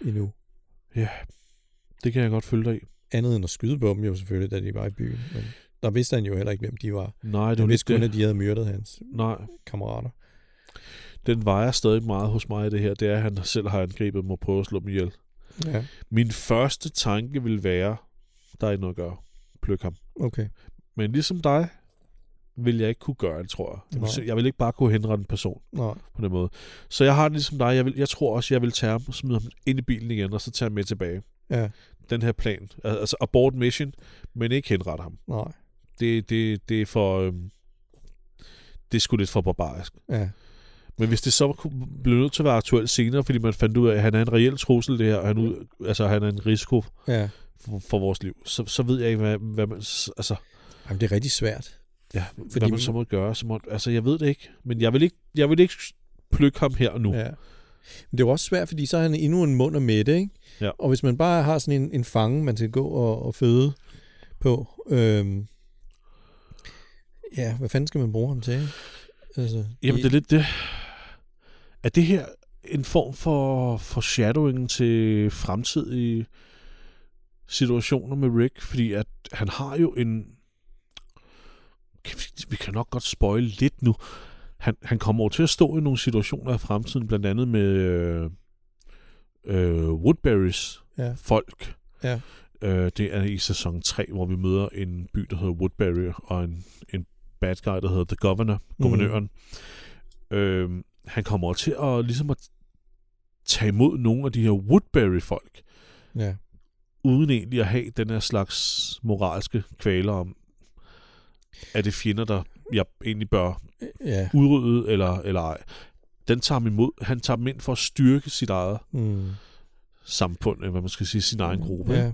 Speaker 2: endnu.
Speaker 1: Det kan jeg godt følge dig i.
Speaker 2: Andet end at skyde på dem jo selvfølgelig, da de var i byen. Men der vidste han jo heller ikke, hvem de var.
Speaker 1: Nej, det er jo
Speaker 2: Han
Speaker 1: lidt
Speaker 2: vidste kun,
Speaker 1: det.
Speaker 2: at de havde myrdet hans
Speaker 1: Nej,
Speaker 2: kammerater.
Speaker 1: den vejer stadig meget hos mig i det her. Det er, at han selv har angrebet mig og prøvet at slå dem ihjel.
Speaker 2: Ja,
Speaker 1: Min første tanke vil være, der er ikke noget at gøre. Pløk ham.
Speaker 2: okay.
Speaker 1: Men ligesom dig, vil jeg ikke kunne gøre det, tror jeg. Jeg vil,
Speaker 2: Nej.
Speaker 1: sim- jeg vil ikke bare kunne henrette en person
Speaker 2: Nå,
Speaker 1: på den måde. Så jeg har det ligesom dig. Jeg, vil, jeg tror også, jeg vil tage ham og smide ham ind i bilen igen, og så tage ham med tilbage.
Speaker 2: ja,
Speaker 1: Den her plan. Al- Altså abort mission, men ikke henrette ham.
Speaker 2: nej,
Speaker 1: Det, det, det er for... Øhm, det er sgu lidt for barbarisk.
Speaker 2: ja,
Speaker 1: Men hvis det så kunne- blev nødt til at være aktuelt senere, fordi man fandt ud af, at han er en reel trussel, det her, og han, ud, altså, han er en risiko
Speaker 2: ja.
Speaker 1: for, for vores liv, så, så ved jeg ikke, hvad, hvad man, s- altså,
Speaker 2: Jamen, det er rigtig svært.
Speaker 1: ja,
Speaker 2: Fordi
Speaker 1: fordi hvad
Speaker 2: vi-
Speaker 1: man så må gøre. Så må, altså, jeg ved det ikke, men jeg vil ikke, jeg vil ikke plukke ham her og nu. Ja.
Speaker 2: Ja. Men det er jo også svært, fordi så har han endnu en mund at mætte, ikke?
Speaker 1: Ja.
Speaker 2: Og hvis man bare har sådan en, en fange, man skal gå og, og føde på, øhm, ja, hvad fanden skal man bruge ham til? ikke? Altså,
Speaker 1: Jamen, det er lidt det. Er det her en form for foreshadowing til fremtidige situationer med Rick? Fordi at han har jo en kan vi, vi kan nok godt spoil lidt nu. Han, han kommer over til at stå i nogle situationer i fremtiden, blandt andet med øh, øh, Woodberries
Speaker 2: Ja.
Speaker 1: folk.
Speaker 2: Ja.
Speaker 1: Øh, det er i sæson 3, hvor vi møder en by, der hedder Woodbury, og en, en bad guy, der hedder The Governor, guvernøren. Mm. Øh, han kommer over til at, ligesom at tage imod nogle af de her Woodbury-folk,
Speaker 2: Mm. Ja.
Speaker 1: uden egentlig at have den her slags moralske kvaler om, er det fjender, der jeg egentlig bør
Speaker 2: Ja.
Speaker 1: udrydde eller, eller ej. Den tager ham imod. Han tager dem ind for at styrke sit eget
Speaker 2: Mm.
Speaker 1: samfund, eller hvad man skal sige, sin egen gruppe.
Speaker 2: Ja.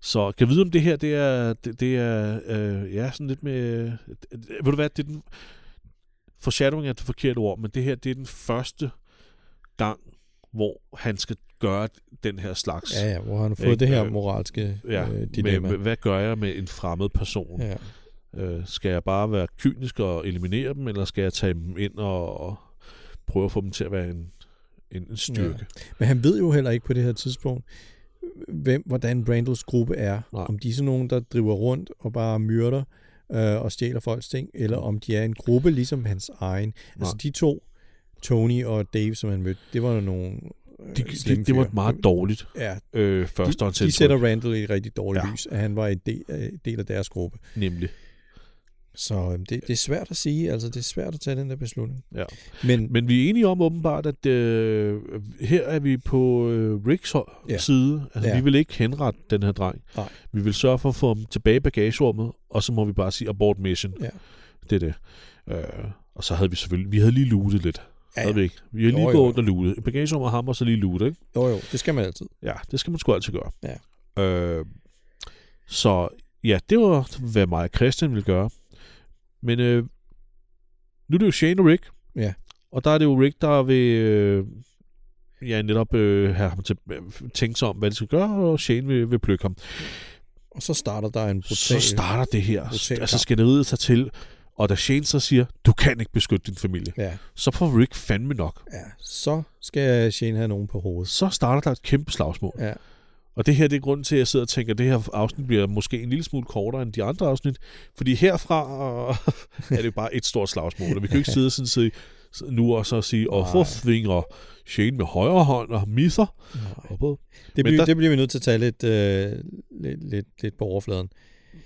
Speaker 1: Så kan jeg vide, om det her, det er, det, det er øh, ja, sådan lidt med... Øh, ved du hvad, det er den... Foreshadowing er det forkerte ord, men det her, det er den første gang, hvor han skal gøre den her slags...
Speaker 2: ja, ja, hvor han har
Speaker 1: Ikke?
Speaker 2: fået det her
Speaker 1: Øh,
Speaker 2: moralske
Speaker 1: Ja,
Speaker 2: øh,
Speaker 1: med,
Speaker 2: dilemma.
Speaker 1: med, hvad gør jeg med en fremmed person?
Speaker 2: Ja.
Speaker 1: Øh, skal jeg bare være kynisk og eliminere dem, eller skal jeg tage dem ind og, og prøve at få dem til at være en, en, en styrke?
Speaker 2: Men han ved jo heller ikke på det her tidspunkt, hvem, hvordan Randalls gruppe er.
Speaker 1: Nej.
Speaker 2: Nej. Om de er sådan nogen, der driver rundt og bare myrder øh, og stjæler folks ting, eller om de er en gruppe ligesom hans egen. Nej. Altså
Speaker 1: Nej.
Speaker 2: de to, Tony og Dave, som han mødte, det var jo nogle øh,
Speaker 1: De,
Speaker 2: slemme
Speaker 1: det, det var et
Speaker 2: fyre.
Speaker 1: meget dårligt
Speaker 2: Ja,
Speaker 1: øh,
Speaker 2: de,
Speaker 1: førstehåndsindtryk,
Speaker 2: de sætter Randall i et rigtig dårligt
Speaker 1: Ja.
Speaker 2: ja. lys, at han var en del, øh, del af deres gruppe.
Speaker 1: nemlig.
Speaker 2: Så øh, det, det er svært at sige, altså det er svært at tage den der beslutning.
Speaker 1: Ja.
Speaker 2: Men
Speaker 1: Men vi er enige om åbenbart, at øh, her er vi på øh, Ricks hå-
Speaker 2: Ja.
Speaker 1: side. Altså,
Speaker 2: Ja.
Speaker 1: vi vil ikke henrette den her dreng.
Speaker 2: Nej.
Speaker 1: Vi vil sørge for at få ham tilbage i bagagerummet, og så må vi bare sige abort mission.
Speaker 2: Ja.
Speaker 1: Det er det. Øh, og så havde vi selvfølgelig... Vi havde lige lootet lidt.
Speaker 2: Ja,
Speaker 1: Havde
Speaker 2: ja.
Speaker 1: vi ikke? Vi havde
Speaker 2: Jo,
Speaker 1: lige
Speaker 2: jo,
Speaker 1: gået
Speaker 2: jo.
Speaker 1: og lootet. I bagagerummet ham, og så lige lootet, ikke?
Speaker 2: jo jo, det skal man altid.
Speaker 1: Ja, det skal man sgu altid gøre. Ja. Øh, så ja, det var, hvad mig og Christian ville gøre. Men øh, nu er det jo Shane og Rick.
Speaker 2: Ja.
Speaker 1: Og der er det jo Rick, der vil øh, ja, netop øh, have ham til øh, tænke sig om, hvad de skal gøre, og Shane vil, vil plukke ham.
Speaker 2: Og så starter der en brutal...
Speaker 1: Så starter det her.
Speaker 2: brutal
Speaker 1: Altså
Speaker 2: kamp.
Speaker 1: skænderiet sig til. Og da Shane så siger, du kan ikke beskytte din familie,
Speaker 2: Ja,
Speaker 1: så får Rick fandme nok.
Speaker 2: ja. Så skal Shane have nogen på hovedet.
Speaker 1: Så starter der et kæmpe slagsmål.
Speaker 2: Ja,
Speaker 1: Og det her det er grunden til, at jeg sidder og tænker, at det her afsnit bliver måske en lille smule kortere end de andre afsnit. Fordi herfra øh, [LAUGHS] er det jo bare et stort slagsmål. Og vi kan jo ikke sidde sådan sige, nu og så sige, og
Speaker 2: Nej.
Speaker 1: for svinger Shane med højre hånd og misser.
Speaker 2: Nej.
Speaker 1: Opad.
Speaker 2: Det,
Speaker 1: Men
Speaker 2: bliver,
Speaker 1: der-
Speaker 2: der... det bliver vi nødt til at tage lidt, øh, lidt, lidt, lidt på overfladen.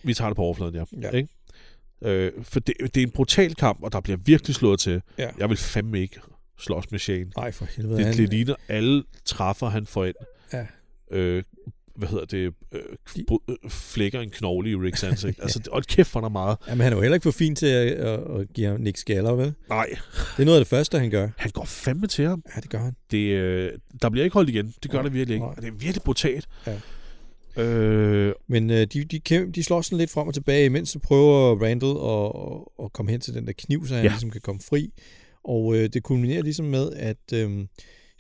Speaker 1: Vi tager det på overfladen, ja.
Speaker 2: Ja.
Speaker 1: Ikke? Øh, for det, det er en brutal kamp, og der bliver virkelig slået til.
Speaker 2: Ja.
Speaker 1: Jeg vil fandme ikke slås med Shane.
Speaker 2: Nej, for helvede.
Speaker 1: Det, det ligner alle træffer, han får ind.
Speaker 2: Ja.
Speaker 1: Øh, hvad hedder det? Øh,
Speaker 2: De-
Speaker 1: br- øh, flækker en knogle i Ricks
Speaker 2: [LAUGHS]
Speaker 1: ansigt. altså, det- hold kæft, for der meget.
Speaker 2: Jamen, han er jo heller ikke for fin til at, at, at give ham Nick skaller, vel?
Speaker 1: Nej,
Speaker 2: Det er noget af det første, han gør.
Speaker 1: Han går fandme til ham.
Speaker 2: Ja, det gør han.
Speaker 1: Det, øh, der bliver ikke holdt igen. Det gør
Speaker 2: Nej,
Speaker 1: der virkelig ikke.
Speaker 2: nej.
Speaker 1: Og det er virkelig brutalt.
Speaker 2: Ja.
Speaker 1: Øh,
Speaker 2: Men øh, de, de, kæm, de slår sådan lidt frem og tilbage, imens så prøver Randall at, at, at komme hen til den der kniv, så han
Speaker 1: Ja.
Speaker 2: ja. ligesom kan komme fri. Og øh, det kulminerer ligesom med, at øh,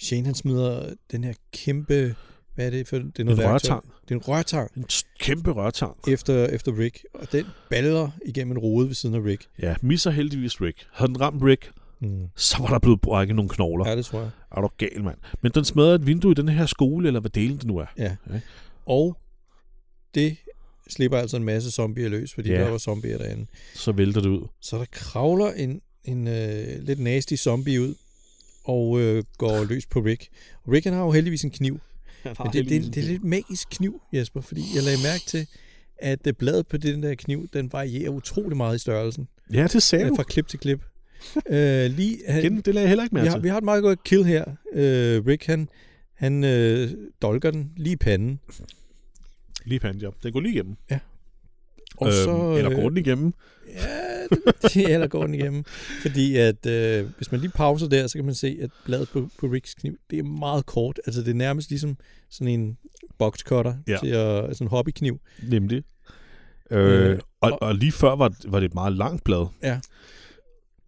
Speaker 2: Shane han smider den her kæmpe... Hvad er det for? Det er
Speaker 1: en
Speaker 2: noget værktøj.
Speaker 1: rørtang.
Speaker 2: Det er en rørtang.
Speaker 1: En s- kæmpe rørtang.
Speaker 2: efter, efter Rick, og den baller igennem en rode ved siden af Rick.
Speaker 1: Ja, misser heldigvis Rick. Havde den ramt Rick,
Speaker 2: Mm.
Speaker 1: så var der blevet brækket nogle knogler. Ja.
Speaker 2: Ja, det tror jeg.
Speaker 1: Er du gal, mand? Men den smadrer et vindue i den her skole, eller hvad delen det nu er.
Speaker 2: Og det slipper altså en masse zombier løs, fordi
Speaker 1: Ja.
Speaker 2: ja. der var zombier derinde.
Speaker 1: Så vælter det ud.
Speaker 2: Så der kravler en, en øh, lidt nasty zombie ud og øh, går løs på Rick. Og Rick han har jo heldigvis en kniv. Men det, det, det er lidt magisk kniv, Jesper, fordi jeg lagde mærke til, at øh, bladet på den der kniv, den varierer utrolig meget i størrelsen.
Speaker 1: Ja, det sagde
Speaker 2: Øh,
Speaker 1: du.
Speaker 2: fra klip til klip. øh, lige, han,
Speaker 1: Igen, det lagde jeg heller ikke
Speaker 2: vi
Speaker 1: mærke
Speaker 2: har,
Speaker 1: til.
Speaker 2: vi har et meget godt kill her. Øh, Rick, han, han øh, dolker den lige i panden.
Speaker 1: Lige pandjob. Den går lige igennem.
Speaker 2: Og så,
Speaker 1: Øhm,
Speaker 2: øh,
Speaker 1: eller går den igennem.
Speaker 2: [LAUGHS] Ja, det- det, eller går den igennem. Fordi at, øh, hvis man lige pauser der, så kan man se, at bladet på, på Ricks kniv, det er meget kort. Altså, det er nærmest ligesom sådan en boxcutter
Speaker 1: Ja.
Speaker 2: ja. til at, sådan en hobbykniv.
Speaker 1: Nemlig. Øh,
Speaker 2: Øh,
Speaker 1: og,
Speaker 2: og-
Speaker 1: og lige før var, var det et meget langt blad.
Speaker 2: Ja.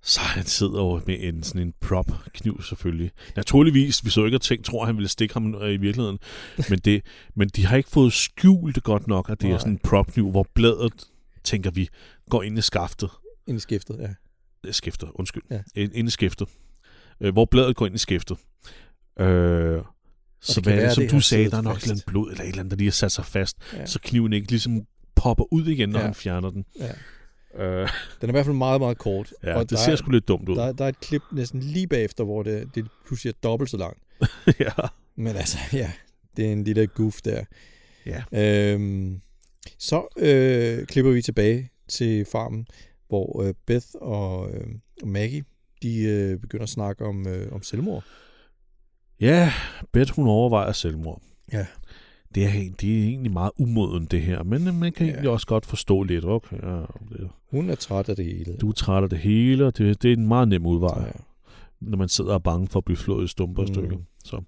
Speaker 1: Så han sidder over med en, sådan en prop-kniv selvfølgelig. Naturligvis, vi så ikke at tænke, tror han ville stikke ham øh, i
Speaker 2: [LAUGHS]
Speaker 1: virkeligheden. Men, det, men de har ikke fået skjult det godt nok, at det er
Speaker 2: Nej.
Speaker 1: sådan en prop-kniv, hvor bladet, tænker vi, går ind i skaftet.
Speaker 2: Ind i skiftet, ja.
Speaker 1: Øh, Skiftet, undskyld. Ja.
Speaker 2: Ja.
Speaker 1: Ind i skiftet. Øh, hvor bladet går ind i skiftet. Øh, så hvad
Speaker 2: kan
Speaker 1: er
Speaker 2: være,
Speaker 1: det,
Speaker 2: at
Speaker 1: som
Speaker 2: det
Speaker 1: du
Speaker 2: har
Speaker 1: sagde,
Speaker 2: siddet
Speaker 1: der er nok et
Speaker 2: fast.
Speaker 1: eller andet blod eller et eller andet, der lige har sat sig fast,
Speaker 2: ja.
Speaker 1: så kniven ikke ligesom popper ud igen, når ja.
Speaker 2: Ja.
Speaker 1: han fjerner den.
Speaker 2: ja.
Speaker 1: Øh,
Speaker 2: Den er i hvert fald meget, meget kort.
Speaker 1: ja,
Speaker 2: og
Speaker 1: det
Speaker 2: der,
Speaker 1: ser
Speaker 2: er,
Speaker 1: sgu lidt dumt ud.
Speaker 2: der, er- der er et klip næsten lige bagefter, hvor det, det pludselig er dobbelt så langt.
Speaker 1: [LAUGHS] ja.
Speaker 2: Men altså, [LAUGHS] ja, det er en lille goof der.
Speaker 1: Ja.
Speaker 2: Øhm, så øh, klipper vi tilbage til farmen, hvor øh, Beth og øh, Maggie, de øh, begynder at snakke om, øh, om selvmord.
Speaker 1: ja, Beth hun overvejer selvmord.
Speaker 2: Ja.
Speaker 1: Det er, helt- det er egentlig meget umoden det her, men øh, man kan
Speaker 2: Ja.
Speaker 1: egentlig også godt forstå lidt. Okay, ja, det-
Speaker 2: Hun er træt af det hele.
Speaker 1: du er træt af det hele, og det, det er en meget nem udvej.
Speaker 2: Ja.
Speaker 1: når man sidder og er bange for at blive flået i stumper og
Speaker 2: Mm.
Speaker 1: stykker. Så.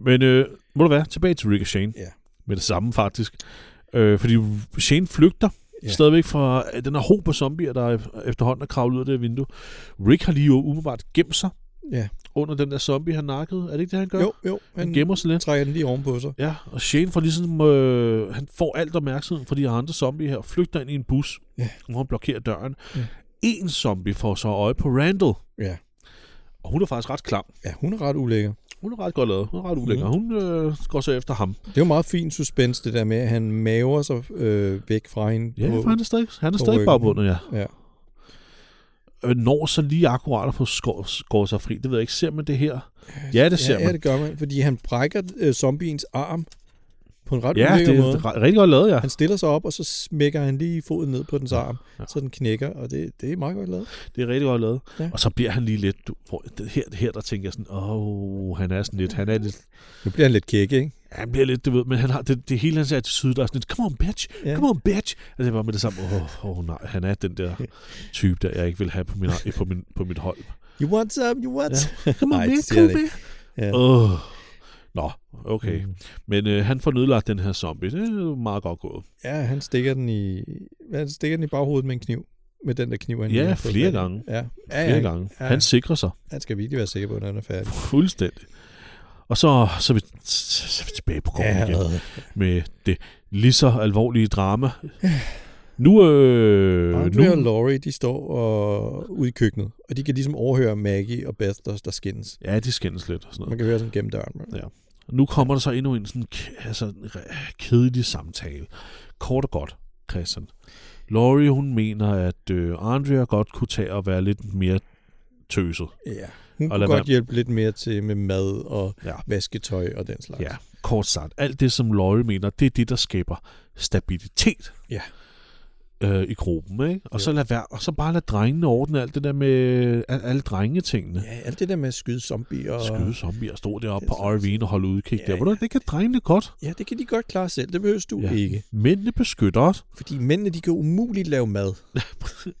Speaker 1: Men øh, må du være tilbage til Rick og Shane.
Speaker 2: Ja.
Speaker 1: Med det samme faktisk. Øh, fordi Shane flygter
Speaker 2: Ja.
Speaker 1: ja. stadigvæk fra øh, den her hob af zombier, der er- efterhånden er kravlet ud af det vindue. Rick har lige umiddelbart gemt sig
Speaker 2: Ja.
Speaker 1: under den der zombie, han nakkede. Er det ikke det, han gør?
Speaker 2: Jo, jo,
Speaker 1: Han,
Speaker 2: han
Speaker 1: gemmer sig lidt.
Speaker 2: trækker den lige oven på sig.
Speaker 1: Ja, og Shane får ligesom, øh, han får alt opmærksomheden fra de andre zombier her, og flygter ind i en bus,
Speaker 2: Ja.
Speaker 1: hvor han blokerer døren.
Speaker 2: Ja.
Speaker 1: En zombie får så øje på Randall,
Speaker 2: Ja.
Speaker 1: og hun er faktisk ret klam.
Speaker 2: ja, hun er ret ulækker.
Speaker 1: Hun er ret godt lavet. Hun er ret ulækker. Mm. Hun øh, går så efter ham.
Speaker 2: Det er jo meget fint suspens, det der med, at han maver sig øh, væk fra hende.
Speaker 1: Ja,
Speaker 2: på,
Speaker 1: for han er stadig, han er
Speaker 2: på
Speaker 1: stadig
Speaker 2: ryggen.
Speaker 1: bagbundet, ja.
Speaker 2: ja.
Speaker 1: Øh, Når så lige akkurat at få skåret skår sig fri. Det ved jeg ikke. Ser man det her? Ja, det ser
Speaker 2: ja, ja,
Speaker 1: man.
Speaker 2: det gør man, fordi han brækker øh, zombiens arm på en ret
Speaker 1: Ja, det
Speaker 2: ulækker måde.
Speaker 1: er re- rigtig godt lavet, ja.
Speaker 2: [LAUGHS] Han stiller sig op, og så smækker han lige foden ned på dens arm, ja.
Speaker 1: ja.
Speaker 2: så den knækker, og det, det er meget godt lavet.
Speaker 1: Det er rigtig godt lavet.
Speaker 2: Ja.
Speaker 1: Ja. Og så bliver han lige lidt... Du, hvor, det her, det her, der tænker jeg sådan, åh, oh, han er sådan lidt... Han, er lidt,
Speaker 2: Nu bliver han lidt kæk, ikke?
Speaker 1: han bliver lidt, du ved, men han har, det, det hele hans attitude, der er sådan lidt, come on, bitch,
Speaker 2: Ja.
Speaker 1: come on, bitch. Altså, jeg var med det samme, åh, oh, oh, nej, han er den der
Speaker 2: [LAUGHS]
Speaker 1: type, der jeg ikke vil have på, min, på, min, på mit hold.
Speaker 2: You want some, you want
Speaker 1: Ja.
Speaker 2: some.
Speaker 1: Come
Speaker 2: Nej,
Speaker 1: on,
Speaker 2: det
Speaker 1: bitch,
Speaker 2: siger han
Speaker 1: come
Speaker 2: ikke. Ja.
Speaker 1: Åh. Nå, okay. Mm. Men øh, han får nedlagt den her zombie. Det er jo meget godt gået.
Speaker 2: [LAUGHS] ja, han stikker den i hvad, han stikker den i baghovedet med en kniv. Med den der kniv, han
Speaker 1: Ja,
Speaker 2: lige har fået
Speaker 1: flere
Speaker 2: fat i.
Speaker 1: gange.
Speaker 2: Ja, ja,
Speaker 1: Flere
Speaker 2: ja,
Speaker 1: ja, gange.
Speaker 2: ja.
Speaker 1: Ja. Han sikrer sig
Speaker 2: Han skal virkelig være sikker på, at han er færdig.
Speaker 1: fuldstændig. Og så, så, er vi, så er vi tilbage på gården ja.
Speaker 2: Øh,
Speaker 1: igen med det lige så alvorlige drama. Nu, øh,
Speaker 2: Andre og
Speaker 1: nu,
Speaker 2: Laurie, de står og, ude i køkkenet, og de kan ligesom overhøre Maggie og Beth, der, der skændes.
Speaker 1: ja, de skændes lidt og sådan
Speaker 2: Man
Speaker 1: noget.
Speaker 2: kan høre sådan gennem døren. men-
Speaker 1: Nu kommer der så endnu en sådan, k- altså, en re- kedelig samtale. Kort og godt, Christian. Laurie, hun mener, at øh, Andrea godt kunne tage og være lidt mere tøset.
Speaker 2: Ja. Hun
Speaker 1: Og
Speaker 2: kunne
Speaker 1: lad
Speaker 2: godt
Speaker 1: være-
Speaker 2: hjælpe lidt mere til med mad og
Speaker 1: Ja.
Speaker 2: vasketøj og den slags.
Speaker 1: Ja, kort sagt. Alt det, som Laurie mener, det er det, der skaber stabilitet
Speaker 2: Ja.
Speaker 1: øh, i gruppen. Ikke? Og,
Speaker 2: Jo.
Speaker 1: så lad være, og så bare lad drengene ordne alt det der med al, alle drengetingene.
Speaker 2: Ja, alt det der med at skyde zombier. Og...
Speaker 1: Skyde zombier og stå deroppe
Speaker 2: Det
Speaker 1: på
Speaker 2: er sådan-
Speaker 1: RV'en og holde udkig
Speaker 2: Ja,
Speaker 1: ja, der. Hvordan,
Speaker 2: ja.
Speaker 1: det kan drengene godt.
Speaker 2: Ja, det kan de godt klare selv. Det behøver du ja.
Speaker 1: Ja.
Speaker 2: ikke.
Speaker 1: Mændene beskytter os.
Speaker 2: Fordi mændene, de kan umuligt lave [LAUGHS] mad.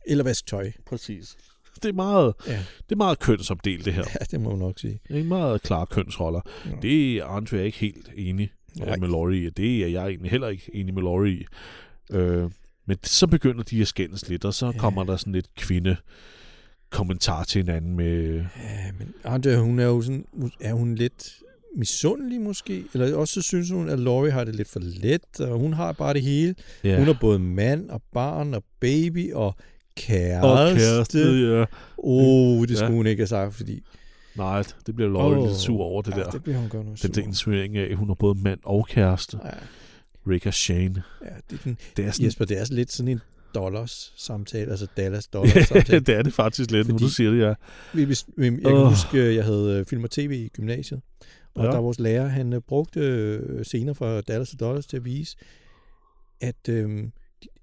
Speaker 2: Eller vaske tøj.
Speaker 1: Præcis. Det er meget,
Speaker 2: Ja.
Speaker 1: det er meget kønsopdelt, det her.
Speaker 2: [LAUGHS] ja, det må man nok sige.
Speaker 1: Det er en meget klar kønsroller.
Speaker 2: Ja.
Speaker 1: Det er Andre ikke helt enig øh,
Speaker 2: Nej.
Speaker 1: med Laurie i. og Det er jeg egentlig heller ikke enig med Laurie i. Øh, men så begynder de at skændes lidt, og så
Speaker 2: Ja.
Speaker 1: kommer der sådan lidt kvinde kommentar til hinanden med...
Speaker 2: Ja, men Andrea, hun er jo sådan, er hun lidt misundelig måske? Eller også så synes hun, at Laurie har det lidt for let, og hun har bare det hele. Ja. Hun er både mand og barn og baby og kæreste.
Speaker 1: og kæreste, ja.
Speaker 2: Åh, oh, det
Speaker 1: Ja.
Speaker 2: skulle ja. hun ikke have sagt, fordi...
Speaker 1: Nej, det bliver Laurie
Speaker 2: Åh.
Speaker 1: oh, lidt sur over det
Speaker 2: ja,
Speaker 1: der.
Speaker 2: det bliver hun godt nok
Speaker 1: Den
Speaker 2: sur.
Speaker 1: der insinuering af, at hun er både mand og kæreste.
Speaker 2: Ja,
Speaker 1: Rick og Shane.
Speaker 2: ja, det er den,
Speaker 1: Det er sådan...
Speaker 2: Jesper, det er sådan lidt sådan en dollars-samtale, altså
Speaker 1: [LAUGHS] Ja,
Speaker 2: Dallas-dollars-samtale.
Speaker 1: det er det faktisk lidt, Fordi... nu
Speaker 2: Fordi-
Speaker 1: du siger det, ja.
Speaker 2: Vi- vi- vi- Jeg kan
Speaker 1: Åh.
Speaker 2: huske, jeg havde øh, film og tv i gymnasiet, og
Speaker 1: Ja.
Speaker 2: der var vores lærer, han øh, brugte øh, scener fra Dallas og Dollars til at vise, at øh,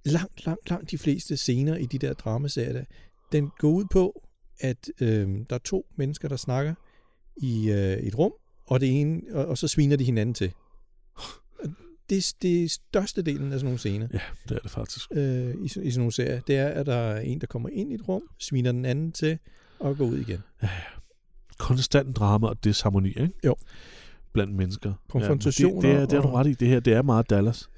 Speaker 2: langt, langt, langt de fleste scener i de der dramaserier, der, den går ud på, at øh, der er to mennesker, der snakker i øh, et rum, og, det ene, og, og så sviner de hinanden til. Og Det, det er størstedelen af sådan nogle scener
Speaker 1: Ja, det er det faktisk.
Speaker 2: øh, i, sådan- i sådan nogle serier, det er, at der er en, der kommer ind i et rum, sviner den anden til, og går ud igen.
Speaker 1: konstant drama og disharmoni, ikke?
Speaker 2: Jo.
Speaker 1: Blandt mennesker.
Speaker 2: Konfrontationer
Speaker 1: Ja, det, det, er, det er du
Speaker 2: og-
Speaker 1: ret i. Det her, det er meget Dallas.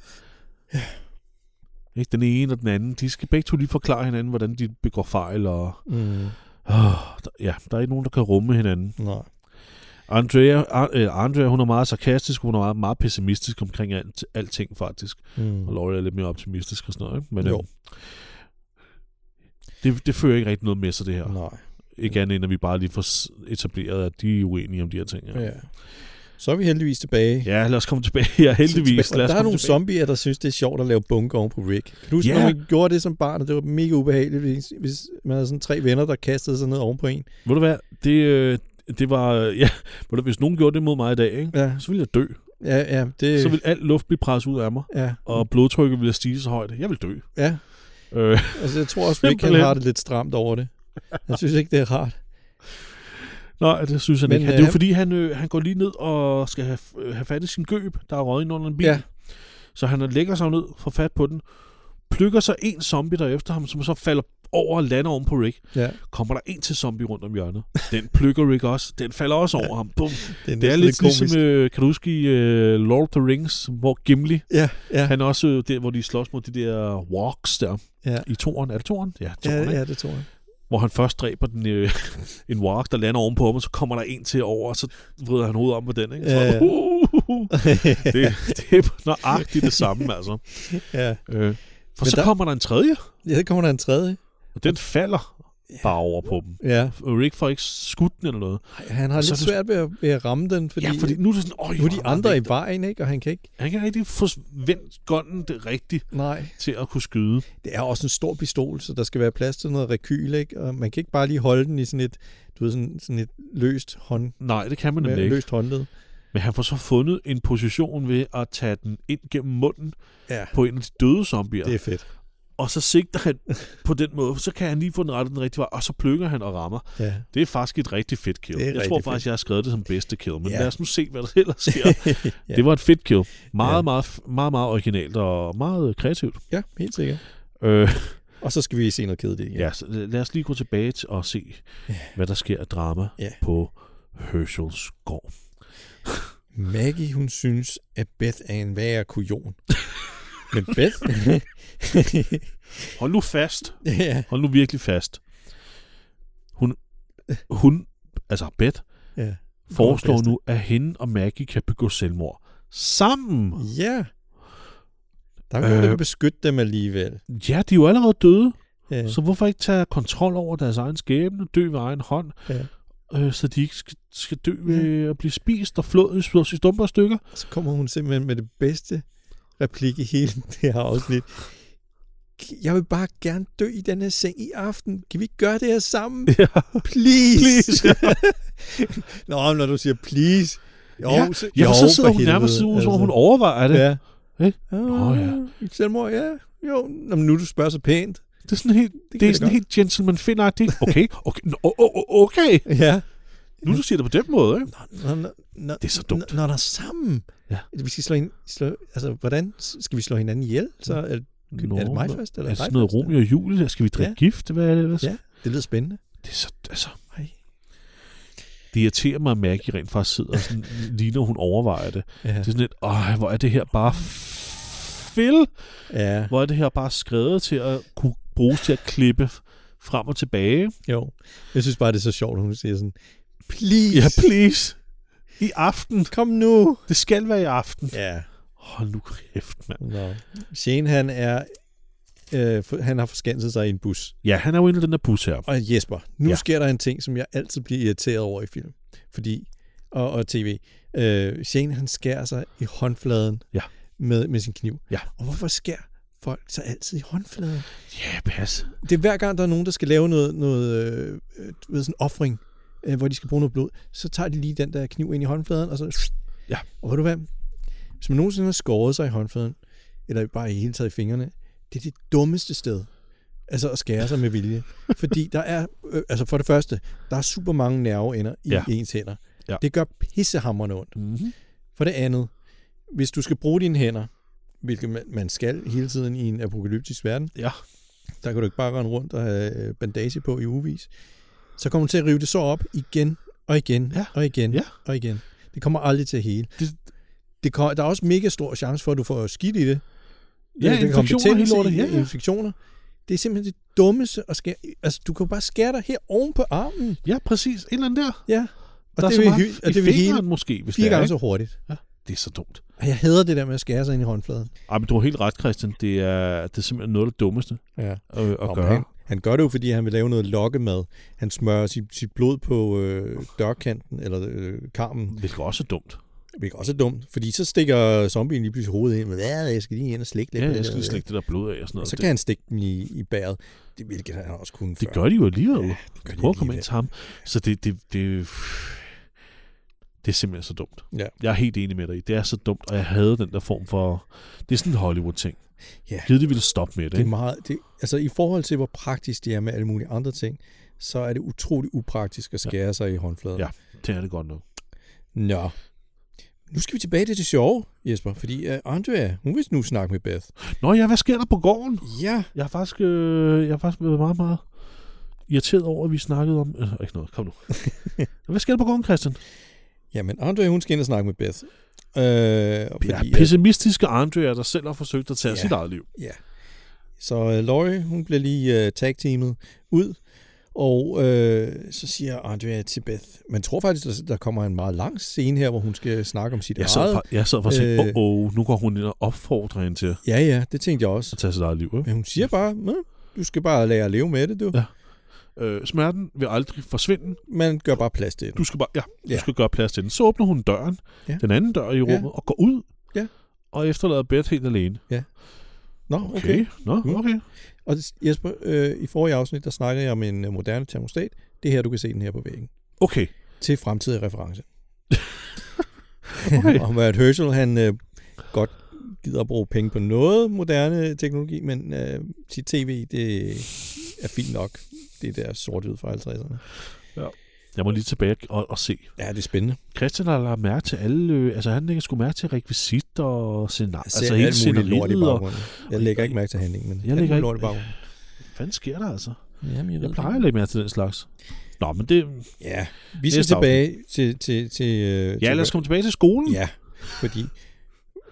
Speaker 1: Ja. Ikke? Den ene og den anden, de skal begge to lige forklare hinanden, hvordan de begår fejl, og
Speaker 2: Mm.
Speaker 1: oh, der, ja, der er ikke nogen, der kan rumme hinanden.
Speaker 2: Nej.
Speaker 1: Andrea, Ar, øh, Andrea hun er meget sarkastisk, hun er meget, meget pessimistisk omkring alt, alting, faktisk.
Speaker 2: Mm.
Speaker 1: Og Laurie er lidt mere optimistisk og sådan noget, ikke? Men
Speaker 2: Jo.
Speaker 1: jo. Det, det fører ikke rigtig noget med sig, det her.
Speaker 2: Nej.
Speaker 1: Ikke andet end, at vi bare lige får s- etableret, at de er uenige om de her ting.
Speaker 2: Ja. Så er vi heldigvis tilbage.
Speaker 1: Ja, lad os komme tilbage. Ja, heldigvis.
Speaker 2: Og
Speaker 1: Lad os
Speaker 2: der er
Speaker 1: komme
Speaker 2: nogle
Speaker 1: tilbage.
Speaker 2: zombier, der synes, det er sjovt at lave bunker oven på Rick. Kan du huske,
Speaker 1: Ja.
Speaker 2: yeah. når man gjorde det som barn, og det var mega ubehageligt, hvis, hvis man havde sådan tre venner, der kastede sig ned oven på en?
Speaker 1: Ved du hvad? Det, øh, det var... øh, Ja, ved du, hvis nogen gjorde det mod mig i dag, ikke?
Speaker 2: Ja,
Speaker 1: så ville jeg dø.
Speaker 2: ja, ja. Det,
Speaker 1: Så ville alt luft blive presset ud af mig,
Speaker 2: ja,
Speaker 1: og blodtrykket ville stige så højt. Jeg ville dø.
Speaker 2: ja.
Speaker 1: Øh, [LAUGHS]
Speaker 2: Altså, jeg tror også, Rick han
Speaker 1: Simpelthen.
Speaker 2: har det lidt stramt over det. Han synes ikke, det er rart.
Speaker 1: nej, det synes han
Speaker 2: Men,
Speaker 1: Men, ikke.
Speaker 2: øh,
Speaker 1: Det er jo
Speaker 2: han-
Speaker 1: fordi, han, øh, han går lige ned og skal have, øh, have fat i sin gøb, der er røget ind under en bil.
Speaker 2: Ja.
Speaker 1: Så han lægger sig ned, får fat på den, plukker så en zombie der er efter ham, som så falder over og lander oven på Rick.
Speaker 2: Ja,
Speaker 1: Kommer der en til zombie rundt om hjørnet. Den plukker Rick også. Den falder også over ham. Bum.
Speaker 2: det er,
Speaker 1: Det er
Speaker 2: næsten
Speaker 1: lidt
Speaker 2: komisk.
Speaker 1: ligesom, øh, kan du huske i øh, Lord of the Rings, hvor Gimli,
Speaker 2: Ja, ja,
Speaker 1: han er også øh, der, hvor de slås mod de der walks der
Speaker 2: ja.
Speaker 1: i toren. Er det toren? Ja, toren,
Speaker 2: Ja,
Speaker 1: ikke?
Speaker 2: ja, det tror
Speaker 1: [LAUGHS]
Speaker 2: jeg.
Speaker 1: Hvor han først dræber den, øh, [LAUGHS] en walk, der lander ovenpå ham, og så kommer der en til over, og så vrider han hovedet om på den. Ikke? Så,
Speaker 2: Ja,
Speaker 1: ja, [LAUGHS]
Speaker 2: ja.
Speaker 1: ja. Uh, uh, uh. Det, det er nøjagtigt det
Speaker 2: [LAUGHS]
Speaker 1: samme, altså.
Speaker 2: ja.
Speaker 1: Øh, for
Speaker 2: Men
Speaker 1: så
Speaker 2: der-
Speaker 1: kommer der en tredje,
Speaker 2: ja, der kommer der en tredje.
Speaker 1: og den falder bare over på dem.
Speaker 2: Ja,
Speaker 1: Og Rick får ikke skudt den eller noget.
Speaker 2: Ej, han har
Speaker 1: Og så
Speaker 2: lidt
Speaker 1: er det-
Speaker 2: svært ved at, ved at ramme den, fordi,
Speaker 1: Fordi, ja, fordi nu er det sådan, øj,
Speaker 2: nu er
Speaker 1: hvor
Speaker 2: de
Speaker 1: han
Speaker 2: andre i
Speaker 1: rigtig-
Speaker 2: vejen, ikke? Og han kan ikke...
Speaker 1: Han kan ikke rigtig få vendt gunnen det rigtigt
Speaker 2: Nej.
Speaker 1: til at kunne skyde.
Speaker 2: Det er også en stor pistol, så der skal være plads til noget rekyl, ikke? Og man kan ikke bare lige holde den i sådan et, du ved, sådan, sådan et løst, hånd,
Speaker 1: Nej, det kan man
Speaker 2: med,
Speaker 1: nemlig ikke.
Speaker 2: løst håndled.
Speaker 1: Men han får så fundet en position ved at tage den ind gennem munden
Speaker 2: Ja,
Speaker 1: på en af de døde zombier.
Speaker 2: det
Speaker 1: Det.
Speaker 2: er fedt.
Speaker 1: Og så sigter han [LAUGHS] på den måde, så kan han lige få den rettet den rigtige vej, og så plukker han og rammer.
Speaker 2: Ja.
Speaker 1: Det er faktisk et rigtig fedt kill.
Speaker 2: Det er
Speaker 1: Jeg
Speaker 2: rigtig
Speaker 1: tror
Speaker 2: fedt.
Speaker 1: faktisk, jeg har skrevet det som bedste kill, men
Speaker 2: Ja.
Speaker 1: ja. lad os nu se, hvad der [LAUGHS] ellers sker. ja.
Speaker 2: [LAUGHS]
Speaker 1: Det var et fedt kill. Meget,
Speaker 2: Ja.
Speaker 1: ja. meget, meget, meget originalt og meget kreativt.
Speaker 2: ja, helt sikkert.
Speaker 1: Øh,
Speaker 2: Og så skal vi se noget kedeligt igen.
Speaker 1: ja, så lad os lige gå tilbage til- og se,
Speaker 2: Ja.
Speaker 1: ja. hvad der sker af drama
Speaker 2: Ja.
Speaker 1: ja. på Herschels gård.
Speaker 2: Maggie, hun synes, at Beth er en værre
Speaker 1: [LAUGHS]
Speaker 2: kujon. Men Beth... [LAUGHS]
Speaker 1: Hold nu fast.
Speaker 2: ja,
Speaker 1: Hold nu virkelig fast. Hun, hun altså Beth,
Speaker 2: ja.
Speaker 1: foreslår
Speaker 2: bedste.
Speaker 1: nu, at hende og Maggie kan begå selvmord sammen.
Speaker 2: Ja. Der er jo nogen, der
Speaker 1: Øh.
Speaker 2: kan beskytte dem alligevel.
Speaker 1: Ja, de er jo allerede døde,
Speaker 2: Ja.
Speaker 1: så hvorfor ikke tage kontrol over deres egen skæbne, dø ved egen hånd,
Speaker 2: Ja.
Speaker 1: øh, så de ikke skal, skal dø ved at blive spist og flået i- i stumper og stykker?
Speaker 2: Så kommer hun simpelthen med det bedste replik i hele [LAUGHS] det her afsnit. Jeg vil bare gerne dø i den her seng i aften. Kan vi ikke gøre det her sammen?
Speaker 1: [LAUGHS] Ja.
Speaker 2: Please!
Speaker 1: Please,
Speaker 2: [LAUGHS] Nå, men når du siger please. Jo,
Speaker 1: Ja,
Speaker 2: så,
Speaker 1: Ja,
Speaker 2: jo,
Speaker 1: for så sidder
Speaker 2: for
Speaker 1: hun nærmest, som
Speaker 2: helvede, altså.
Speaker 1: om hun overvejer det. Ja.
Speaker 2: Ja.
Speaker 1: Ikke?
Speaker 2: Åh,
Speaker 1: ja.
Speaker 2: ja. Selvmord, ja. Jo, Nå, men nu du spørger så pænt.
Speaker 1: Det er sådan helt,
Speaker 2: kan
Speaker 1: det det er
Speaker 2: jeg
Speaker 1: sådan
Speaker 2: godt.
Speaker 1: helt gentleman find Okay, okay, nå, o- o- o- okay.
Speaker 2: Ja.
Speaker 1: Nu du siger det på den måde, ikke?
Speaker 2: Nå, nå, nå,
Speaker 1: Det er så dumt.
Speaker 2: Når, når der er sammen.
Speaker 1: Ja.
Speaker 2: Vi skal slå, hin- slå, altså, hvordan skal vi slå hinanden ihjel? Så er,
Speaker 1: Nå,
Speaker 2: er det mig først? Eller
Speaker 1: Er det
Speaker 2: dig
Speaker 1: Altså, sådan noget
Speaker 2: først?
Speaker 1: Romeo og Julie? Skal vi drikke ja.
Speaker 2: Ja.
Speaker 1: gift? Hvad er det ellers?
Speaker 2: Ja, det lyder spændende.
Speaker 1: Det er så, altså,
Speaker 2: Ej.
Speaker 1: det irriterer mig, at Maggie rent faktisk sidder og sådan, [LAUGHS] lige når hun overvejer det.
Speaker 2: Ja.
Speaker 1: Det er sådan lidt, åh, hvor er det her bare fil?
Speaker 2: ja.
Speaker 1: Hvor er det her bare skrevet til at kunne bruges til at klippe frem og tilbage?
Speaker 2: Jo. Jeg synes bare, det er så sjovt, at hun siger sådan, please,
Speaker 1: Ja, please. I aften.
Speaker 2: kom nu.
Speaker 1: Det skal være i aften.
Speaker 2: Ja.
Speaker 1: Hold nu kæft, mand.
Speaker 2: Nå. Shane, han er, øh, for- han har forskanset sig i en bus.
Speaker 1: Ja, han er jo inde i den der bus her.
Speaker 2: Og Jesper, nu ja.
Speaker 1: Ja.
Speaker 2: sker der en ting, som jeg altid bliver irriteret over i film. Fordi, og, og tv. Øh, Shane, han skærer sig i håndfladen
Speaker 1: Ja.
Speaker 2: med, med sin kniv.
Speaker 1: Ja.
Speaker 2: Og hvorfor skærer folk sig altid i håndfladen?
Speaker 1: Ja, pas.
Speaker 2: det er hver gang, der er nogen, der skal lave noget, noget øh, øh, du ved, sådan offring, øh, hvor de skal bruge noget blod, så tager de lige den der kniv ind i håndfladen, og så...
Speaker 1: Ja.
Speaker 2: Og ved du hvad? Hvis man nogensinde har skåret sig i håndfladen, eller bare i hele taget i fingrene, det er det dummeste sted. Altså at skære sig med
Speaker 1: [LAUGHS]
Speaker 2: vilje. Fordi der er, øh, altså for det første, der er super mange nerveender i ja.
Speaker 1: Ja.
Speaker 2: ens hænder.
Speaker 1: Ja.
Speaker 2: Det gør pissehammerende ondt.
Speaker 1: Mm-hmm.
Speaker 2: For det andet, hvis du skal bruge dine hænder, hvilket man- man skal hele tiden i en apokalyptisk verden,
Speaker 1: Ja.
Speaker 2: der kan du ikke bare rende rundt og have øh, bandage på i ugevis. Så kommer du til at rive det så op igen og igen ja.
Speaker 1: Ja.
Speaker 2: og igen ja.
Speaker 1: Ja.
Speaker 2: og igen. Det kommer aldrig til at hele.
Speaker 1: Det-
Speaker 2: Det kommer, der er også mega stor chance for, at du får skidt i det.
Speaker 1: Ja, infektioner, hele lortet.
Speaker 2: Ja,
Speaker 1: Ja,
Speaker 2: ja.
Speaker 1: ja.
Speaker 2: infektioner. Det er simpelthen det dummeste at skære. Altså, du kan jo bare skære dig her oven på armen.
Speaker 1: Ja, præcis. En eller anden der.
Speaker 2: Ja. Og
Speaker 1: der
Speaker 2: det
Speaker 1: er så
Speaker 2: vil,
Speaker 1: meget
Speaker 2: hy- og
Speaker 1: i
Speaker 2: det vil hele
Speaker 1: fingeren måske, hvis
Speaker 2: fire
Speaker 1: det er.
Speaker 2: gange
Speaker 1: Ikke?
Speaker 2: så hurtigt.
Speaker 1: Det er så dumt.
Speaker 2: Og jeg hader det der med at skære sig ind i håndfladen.
Speaker 1: Ej, men du har helt ret, Christian. Det er, det er simpelthen noget af det dummeste
Speaker 2: Ja.
Speaker 1: at, at
Speaker 2: Nå, men
Speaker 1: gøre.
Speaker 2: Han, han gør det jo, fordi han vil lave noget lokkemad. Han smører sit, sit blod på øh, dørkanten, eller øh, karmen.
Speaker 1: Hvilket også er dumt.
Speaker 2: Hvilket også er dumt, fordi så stikker zombien lige pludselig hovedet ind. Hvad er det? Jeg skal lige ind og slikke lidt.
Speaker 1: Ja,
Speaker 2: på det
Speaker 1: jeg
Speaker 2: der."
Speaker 1: skal lige slægte det der blod af og sådan noget.
Speaker 2: Og så kan
Speaker 1: det,
Speaker 2: han stikke den i, i bæret. Det, hvilket han også kunne
Speaker 1: det
Speaker 2: før.
Speaker 1: gør de jo alligevel.
Speaker 2: Ja,
Speaker 1: Ja,
Speaker 2: det gør de
Speaker 1: Prøv at komme ind
Speaker 2: alligevel.
Speaker 1: til ham. Så det, det, det, det er simpelthen så dumt.
Speaker 2: Ja.
Speaker 1: Jeg er helt enig med dig i. Det er så dumt, og jeg havde den der form for... Det er sådan en Hollywood-ting.
Speaker 2: Ja.
Speaker 1: Givet, de ville stoppe med det.
Speaker 2: Det er
Speaker 1: Ikke?
Speaker 2: meget, det, altså i forhold til, hvor praktisk det er med alle mulige andre ting, så er det utrolig upraktisk at skære ja. sig i håndfladen.
Speaker 1: Ja. Det er det godt nok.
Speaker 2: Nå. Nu skal vi tilbage til det sjove, Jesper, fordi uh, Andrea, hun vil nu snakke med Beth.
Speaker 1: Nå ja, hvad sker der på gården?
Speaker 2: Ja.
Speaker 1: Jeg har faktisk, øh, jeg har faktisk været meget, meget irriteret over, at vi snakkede om... Øh, ikke noget,
Speaker 2: [LAUGHS]
Speaker 1: kom nu. hvad sker der på gården, Christian?
Speaker 2: Jamen, Andrea, hun skal ind og snakke med Beth. Øh, og
Speaker 1: Ja,
Speaker 2: fordi, øh,
Speaker 1: pessimistiske Andrea, der selv har forsøgt at tage
Speaker 2: Ja.
Speaker 1: ja. sit eget liv.
Speaker 2: ja. Så øh, Laurie, hun bliver lige øh, tag-teamet ud, og øh, så siger Andrea til Beth, man tror faktisk, der, der kommer en meget lang scene her, hvor hun skal snakke om sit
Speaker 1: Jeg sad,
Speaker 2: eget.
Speaker 1: for, jeg sad for at tænke,
Speaker 2: Øh.
Speaker 1: åh, oh, oh, nu går hun ind og opfordrer hende til
Speaker 2: Ja, ja, det tænkte jeg også.
Speaker 1: at tage sit eget liv. Ikke?
Speaker 2: Men hun siger bare, "Nå, du skal bare lære at leve med det, du.
Speaker 1: Ja. Øh, smerten vil aldrig forsvinde.
Speaker 2: Man gør bare plads til det.
Speaker 1: Du skal bare, ja, du
Speaker 2: Ja.
Speaker 1: ja. skal gøre plads til den. Så åbner hun døren,
Speaker 2: Ja.
Speaker 1: ja. den anden dør i
Speaker 2: Ja.
Speaker 1: rummet, ja. og går ud.
Speaker 2: Ja.
Speaker 1: Og efterlader Beth helt alene.
Speaker 2: Nå, okay. okay.
Speaker 1: Okay. Nå,
Speaker 2: Mm.
Speaker 1: okay.
Speaker 2: Og det- Jesper, øh, i forrige afsnit, der snakkede jeg om en øh, moderne termostat. Det er her, du kan se den her på væggen.
Speaker 1: Okay.
Speaker 2: Til fremtidig reference.
Speaker 1: [LAUGHS] Okay.
Speaker 2: Om at Herschel, han øh, godt gider at bruge penge på noget moderne teknologi, men øh, sit tv, det er fint nok. Det der sort-hvid fra 50'erne.
Speaker 1: Jeg må lige tilbage og, og se.
Speaker 2: Ja, det er spændende.
Speaker 1: Christian har lagt mærke til alle... Øh, altså, han lægger sgu mærke til rekvisit og scenar.
Speaker 2: Jeg ser
Speaker 1: Altså, hele
Speaker 2: alt muligt lort i
Speaker 1: scenariet. Og,
Speaker 2: baggrunden. Jeg lægger ikke mærke til handlingen, men
Speaker 1: jeg
Speaker 2: alt
Speaker 1: lægger
Speaker 2: muligt
Speaker 1: ikke...
Speaker 2: lort i baggrunden.
Speaker 1: Hvad fanden sker der, altså?
Speaker 2: Jamen,
Speaker 1: Jeg plejer at lægge mærke til den slags. Nå, men det...
Speaker 2: Ja, vi skal
Speaker 1: Næste
Speaker 2: tilbage til... til, til øh,
Speaker 1: Ja,
Speaker 2: til,
Speaker 1: lad os komme tilbage til skolen.
Speaker 2: Ja, fordi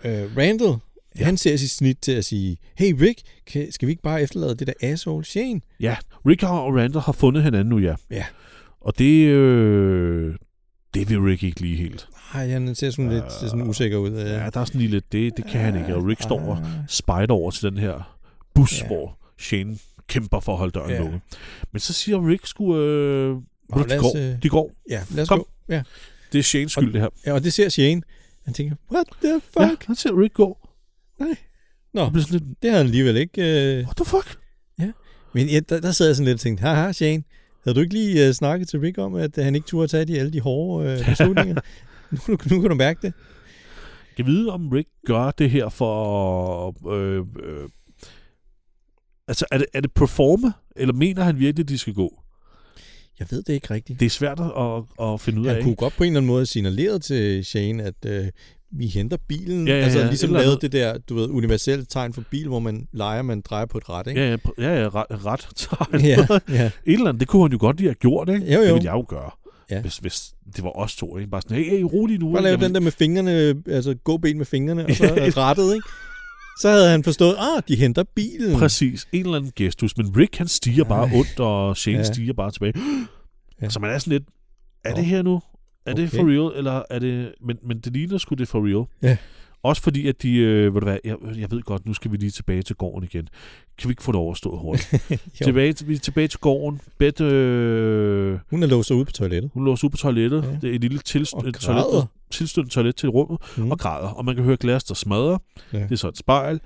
Speaker 2: øh, Randall, ja. han ser sit snit til at sige, hey Rick, kan, skal vi ikke bare efterlade det der asshole Shane?
Speaker 1: Ja, Ricky og Randall har fundet hinanden nu, ja.
Speaker 2: Ja.
Speaker 1: Og det, øh, det vil Rick ikke lige helt.
Speaker 2: Nej, han ser sådan lidt ser sådan usikker ud. Øh.
Speaker 1: Ja, der er sådan lige lidt, det, det kan han ikke. Og Rick står og
Speaker 2: Ah.
Speaker 1: spejder over til den her bus,
Speaker 2: Ja.
Speaker 1: ja. hvor Shane kæmper for at holde døren
Speaker 2: Ja.
Speaker 1: ja. lukket. Men så siger Rick sgu, øh,
Speaker 2: Nå, lad
Speaker 1: de,
Speaker 2: os,
Speaker 1: går,
Speaker 2: øh,
Speaker 1: de går.
Speaker 2: Ja, lad os
Speaker 1: Kom.
Speaker 2: gå. Ja.
Speaker 1: Det er Shanes skyld, det her.
Speaker 2: ja, og det ser Shane. Han tænker, what the
Speaker 1: Ja,
Speaker 2: fuck? Ja.
Speaker 1: han ser Rick gå.
Speaker 2: Nej. Nå.
Speaker 1: Og bliver sådan lidt,
Speaker 2: Det har han alligevel ikke. Øh.
Speaker 1: what the fuck?
Speaker 2: Men ja, der, der sad jeg sådan lidt og tænkte, haha Shane, havde du ikke lige øh, snakket til Rick om, at øh, han ikke turde tage de, alle de hårde øh,
Speaker 1: [LAUGHS]
Speaker 2: beslutninger? nu, nu kan du mærke det.
Speaker 1: Jeg ved, om Rick gør det her for... Øh, øh, altså, er det, er det performe, eller mener han virkelig, de skal gå?
Speaker 2: Jeg ved det ikke rigtigt.
Speaker 1: Det er svært at, at finde ud af,
Speaker 2: Han
Speaker 1: ikke?
Speaker 2: kunne godt på en eller anden måde signalere til Shane, at øh, vi henter bilen.
Speaker 1: Ja, ja,
Speaker 2: altså
Speaker 1: ja,
Speaker 2: ligesom
Speaker 1: et eller
Speaker 2: lavede
Speaker 1: andet.
Speaker 2: det der, du ved, universelle tegn for bil, hvor man leger, man drejer på et ret, ikke?
Speaker 1: Ja, ja, pr- ja, ja ret. ret [LAUGHS] tegn.
Speaker 2: ja, ja.
Speaker 1: Et eller andet, det kunne han jo godt lige have gjort, ikke?
Speaker 2: Jo, jo.
Speaker 1: Det ville jeg jo gøre,
Speaker 2: Ja.
Speaker 1: ja. hvis, hvis det var os to, ikke? Bare sådan, hey, hey rolig nu.
Speaker 2: Bare lave
Speaker 1: ikke?
Speaker 2: den der med fingrene, altså gå ben med
Speaker 1: [LAUGHS]
Speaker 2: fingrene, og så øh, rettet, ikke? Så havde han forstået, ah, de henter bilen.
Speaker 1: Præcis, en eller anden gestus, men Rick han stiger bare ondt, og Shane
Speaker 2: Ja.
Speaker 1: ja. stiger bare tilbage.
Speaker 2: Ja.
Speaker 1: Ja. Så man er sådan lidt, er
Speaker 2: Nå.
Speaker 1: det her nu? Er det
Speaker 2: Okay.
Speaker 1: for real, eller er det... Men, men det ligner sgu det er for real.
Speaker 2: Ja.
Speaker 1: Også fordi, at de... Øh, ved du hvad, jeg, jeg ved godt, nu skal vi lige tilbage til gården igen. Kan vi ikke få det overstået hurtigt?
Speaker 2: [LAUGHS] Jo.
Speaker 1: tilbage, til- vi er tilbage til gården. Bette, øh,
Speaker 2: Hun er låst ud på toilettet.
Speaker 1: Hun låser ud på toilettet.
Speaker 2: Ja.
Speaker 1: Ja. Det er et lille tilst-
Speaker 2: Og
Speaker 1: et toilet,
Speaker 2: græder.
Speaker 1: tilstødende toilet til rummet,
Speaker 2: Mm.
Speaker 1: mm. og græder. Og man kan høre glas, der smadrer.
Speaker 2: Ja. Mm.
Speaker 1: Ja. Det er så et spejl.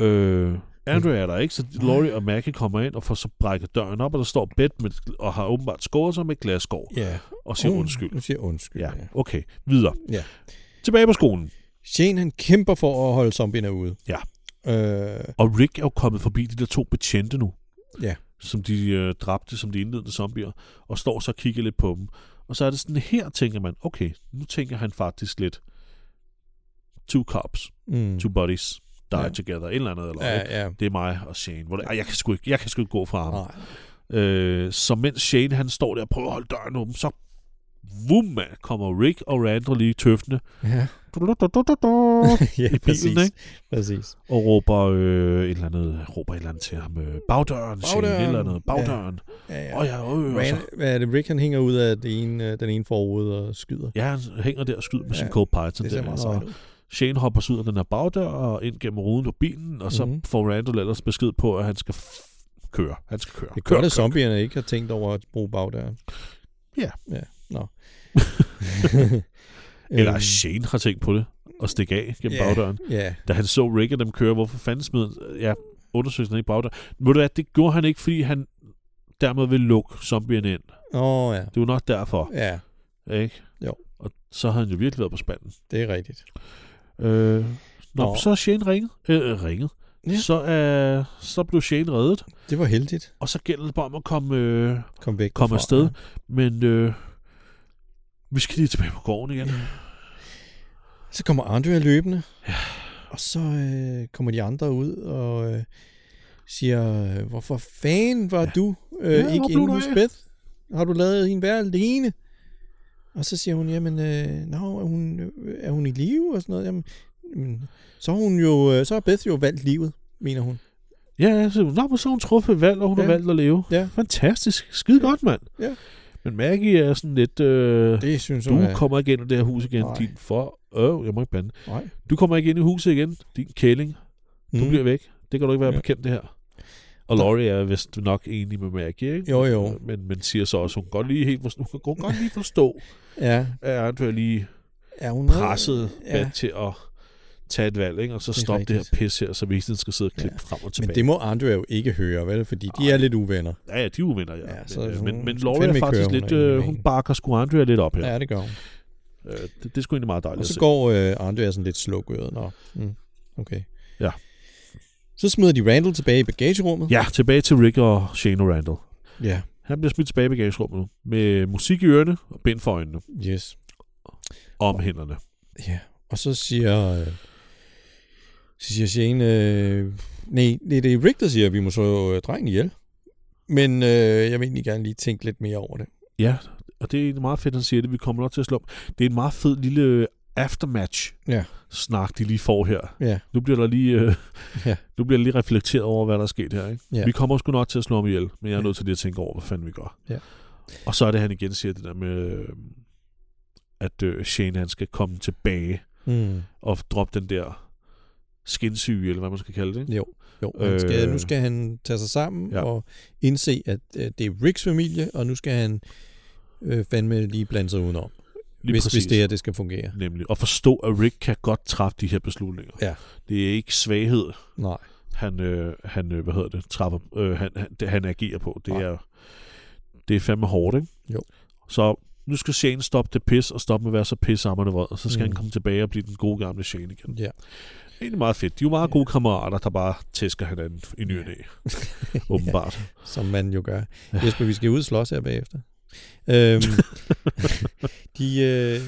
Speaker 1: Øh, Andrea er der ikke, så Laurie og Maggie kommer ind og får så brækket døren op, og der står bed med, og har åbenbart skåret sig med et glas skår,
Speaker 2: Ja.
Speaker 1: og siger undskyld.
Speaker 2: Hun siger undskyld, Mm. ja.
Speaker 1: Ja, okay. Videre.
Speaker 2: Ja.
Speaker 1: Tilbage på skolen.
Speaker 2: Shane, han kæmper for at holde zombierne ude.
Speaker 1: Ja.
Speaker 2: Øh,
Speaker 1: Og Rick er jo kommet forbi de der to betjente nu.
Speaker 2: Ja.
Speaker 1: Som de øh, dræbte, som de indledende zombier, og står så og kigger lidt på dem. Og så er det sådan, her tænker man, okay, nu tænker han faktisk lidt, two cops,
Speaker 2: mm.
Speaker 1: two buddies, die
Speaker 2: Ja.
Speaker 1: ja. together, et eller andet, eller ja.
Speaker 2: Ja, Ah. ja.
Speaker 1: det er mig og Shane. Hvor det, Ej, jeg, kan sgu ikke, jeg kan sgu ikke gå fra ham.
Speaker 2: Nej.
Speaker 1: Øh, så mens Shane han står der og prøver at holde døren åben, så vum, mand, kommer Rick og Randall lige
Speaker 2: [LAUGHS]
Speaker 1: tøftende
Speaker 2: Ja. [LAUGHS] ja,
Speaker 1: i bilen, ikke?
Speaker 2: Præcis.
Speaker 1: og råber, øh, et eller andet, råber et eller andet til ham. Øh, bagdøren, Shane,
Speaker 2: Bagdøren.
Speaker 1: et eller andet, bagdøren.
Speaker 2: Ja, ja.
Speaker 1: Ja. Og ja, øh, og så,
Speaker 2: Rand, hvad er det? Rick, han hænger ud af det ene, øh, den ene forud og skyder.
Speaker 1: ja, han hænger der og skyder med
Speaker 2: Ja,
Speaker 1: sin Cold Python.
Speaker 2: Det ser
Speaker 1: der,
Speaker 2: meget
Speaker 1: og
Speaker 2: sejt ud.
Speaker 1: Shane hopper så ud af den her bagdør og ind gennem ruden på bilen, og så
Speaker 2: Mhm.
Speaker 1: mm-hmm. får Randall ellers besked på, at han skal f- køre. Han skal køre.
Speaker 2: Det
Speaker 1: kør,
Speaker 2: gør det, zombierne ikke har tænkt over at bruge bagdøren.
Speaker 1: Ja.
Speaker 2: Ja, nå.
Speaker 1: Eller at Shane har tænkt på det og stikke af gennem
Speaker 2: Øhm. ja,
Speaker 1: bagdøren.
Speaker 2: Ja,
Speaker 1: Da han så Rick og dem køre, hvorfor fanden smed han- ja, undersøgelsen ikke bagdøren? Må du hvad, det gjorde han ikke, fordi han dermed ville lukke zombierne ind.
Speaker 2: åh oh, ja.
Speaker 1: Det var nok derfor,
Speaker 2: Ja,
Speaker 1: ikke?
Speaker 2: Jo.
Speaker 1: Og så havde han jo virkelig været på spanden.
Speaker 2: det er rigtigt.
Speaker 1: Øh, nå,
Speaker 2: Nå.
Speaker 1: så er Shane ringet. Øh, ringet.
Speaker 2: Ja.
Speaker 1: Ja. Så, øh, så blev Shane reddet,
Speaker 2: Det var heldigt.
Speaker 1: og så gælder det bare om at komme, øh,
Speaker 2: Kom væk.
Speaker 1: komme
Speaker 2: derfra,
Speaker 1: afsted. Men øh, vi skal lige tilbage på gården igen.
Speaker 2: Så kommer Andrea løbende, ja. og så øh, kommer de andre ud og øh, siger, øh, hvorfor fanden var ja. du øh,
Speaker 1: Ja,
Speaker 2: ja,
Speaker 1: hvor
Speaker 2: ikke
Speaker 1: blev
Speaker 2: inde
Speaker 1: du
Speaker 2: hos
Speaker 1: af?"
Speaker 2: Beth? Har du lavet hende være alene? Og så siger hun, jamen, øh, no, er, hun, øh, er hun i live og sådan noget? Jamen, jamen, så, er hun jo, øh, så har Beth jo valgt livet, mener hun.
Speaker 1: Ja, så, nå, men så har hun truffet et valg, og hun ja.
Speaker 2: Ja.
Speaker 1: har valgt at leve.
Speaker 2: Ja.
Speaker 1: Fantastisk. Skide
Speaker 2: Ja.
Speaker 1: godt, mand.
Speaker 2: Ja.
Speaker 1: Men Maggie er sådan lidt... Øh,
Speaker 2: Det synes hun
Speaker 1: du
Speaker 2: er...
Speaker 1: kommer ikke ind i det her hus igen,
Speaker 2: Nej.
Speaker 1: din for... Øh, jeg må ikke bande.
Speaker 2: Nej.
Speaker 1: Du kommer ikke ind i huset igen, din kælling. Du
Speaker 2: Mm.
Speaker 1: bliver væk. Det kan du ikke være
Speaker 2: Ja.
Speaker 1: ja. bekendt, det her. Og Laurie er vist nok enig med Maggie, ikke?
Speaker 2: Jo, jo.
Speaker 1: Men, men siger så også, hun kan godt lige, helt forstå, hun kan godt lige forstå,
Speaker 2: Ja,
Speaker 1: at Andrea lige
Speaker 2: er hun
Speaker 1: presset
Speaker 2: Ja.
Speaker 1: ja. til at tage et valg, ikke? og så
Speaker 2: Det er
Speaker 1: stoppe det her
Speaker 2: rigtigt.
Speaker 1: pis her, så vi hele tiden skal sidde og klippe
Speaker 2: Ja.
Speaker 1: ja. frem og tilbage.
Speaker 2: Men det må Andrea jo ikke høre, vel? Fordi de
Speaker 1: Ej.
Speaker 2: er lidt uvenner.
Speaker 1: Ja, ja, de er uvenner, ja.
Speaker 2: Ja,
Speaker 1: ja
Speaker 2: så
Speaker 1: så
Speaker 2: er det
Speaker 1: men,
Speaker 2: sådan,
Speaker 1: men, men
Speaker 2: hun
Speaker 1: Laura
Speaker 2: fandme
Speaker 1: er
Speaker 2: ikke
Speaker 1: faktisk
Speaker 2: køre
Speaker 1: lidt...
Speaker 2: under
Speaker 1: Øh,
Speaker 2: en
Speaker 1: hun
Speaker 2: ven.
Speaker 1: bakker sgu Andrea lidt op her.
Speaker 2: Ja,
Speaker 1: Ja.
Speaker 2: ja det gør hun.
Speaker 1: Øh, det, det er sgu egentlig meget dejligt
Speaker 2: Og så
Speaker 1: at se.
Speaker 2: går øh, Andrea sådan lidt slukøret. Nå, mm, okay.
Speaker 1: Ja.
Speaker 2: Så smider de Randall tilbage i bagagerummet.
Speaker 1: Ja, tilbage til Rick og Shane O'Randall.
Speaker 2: Ja,
Speaker 1: Han bliver smidt tilbage i bagagerummet nu, med musik i ørerne og bind for øjnene
Speaker 2: yes.
Speaker 1: og om hænderne.
Speaker 2: Ja. Og så siger... Øh, så siger Shane... Øh, nej, nej, det er Rick, der siger, at vi må så øh, drengen ihjel. Men øh, jeg vil egentlig gerne lige tænke lidt mere over det.
Speaker 1: Ja, og det er egentlig meget fedt, han siger det. Vi kommer nok til at slå om. Det er en meget fed lille øh, aftermatch
Speaker 2: Ja.
Speaker 1: snak, de lige får her.
Speaker 2: Ja,
Speaker 1: Nu bliver der lige, øh,
Speaker 2: Ja.
Speaker 1: ja. nu bliver der lige reflekteret over, hvad der er sket her. Ikke?
Speaker 2: Ja.
Speaker 1: Vi kommer sgu nok til at slå ham ihjel, men jeg er
Speaker 2: Ja.
Speaker 1: nødt til lige at tænke over, hvad fanden vi gør.
Speaker 2: Ja.
Speaker 1: Og så er det, han igen siger det der med, øh, at øh, Shane han skal komme tilbage
Speaker 2: mm.
Speaker 1: og droppe den der skinsyge, eller hvad man skal kalde det. Ikke?
Speaker 2: jo. Jo, han skal,
Speaker 1: Øh.
Speaker 2: nu skal han tage sig sammen
Speaker 1: Ja.
Speaker 2: ja. og indse, at øh, det er Ricks familie, og nu skal han øh, fandme lige blande sig udenom.
Speaker 1: Lige
Speaker 2: hvis, hvis
Speaker 1: præcis.
Speaker 2: det her det skal fungere.
Speaker 1: Nemlig. Og forstå, at Rick kan godt træffe de her beslutninger.
Speaker 2: Ja.
Speaker 1: Det er ikke svaghed,
Speaker 2: Nej.
Speaker 1: han, øh, han øh, hvad hedder det, træffer, øh, han, han, det, han agerer på. Det
Speaker 2: Nej.
Speaker 1: er, det er fandme hårdt, ikke?
Speaker 2: Jo.
Speaker 1: Så nu skal Shane stoppe det pis, og stoppe med at være så pissammerne vred, og så skal
Speaker 2: Mm.
Speaker 1: mm. han komme tilbage og blive den gode gamle Shane igen.
Speaker 2: Ja.
Speaker 1: Det er egentlig meget fedt. De er jo meget
Speaker 2: Ja.
Speaker 1: gode kammerater, der bare tæsker hinanden i ny og næ,
Speaker 2: [LAUGHS]
Speaker 1: åbenbart.
Speaker 2: Som man jo gør. Jesper, vi skal ud og slås her bagefter. Øhm,
Speaker 1: [LAUGHS]
Speaker 2: de, øh,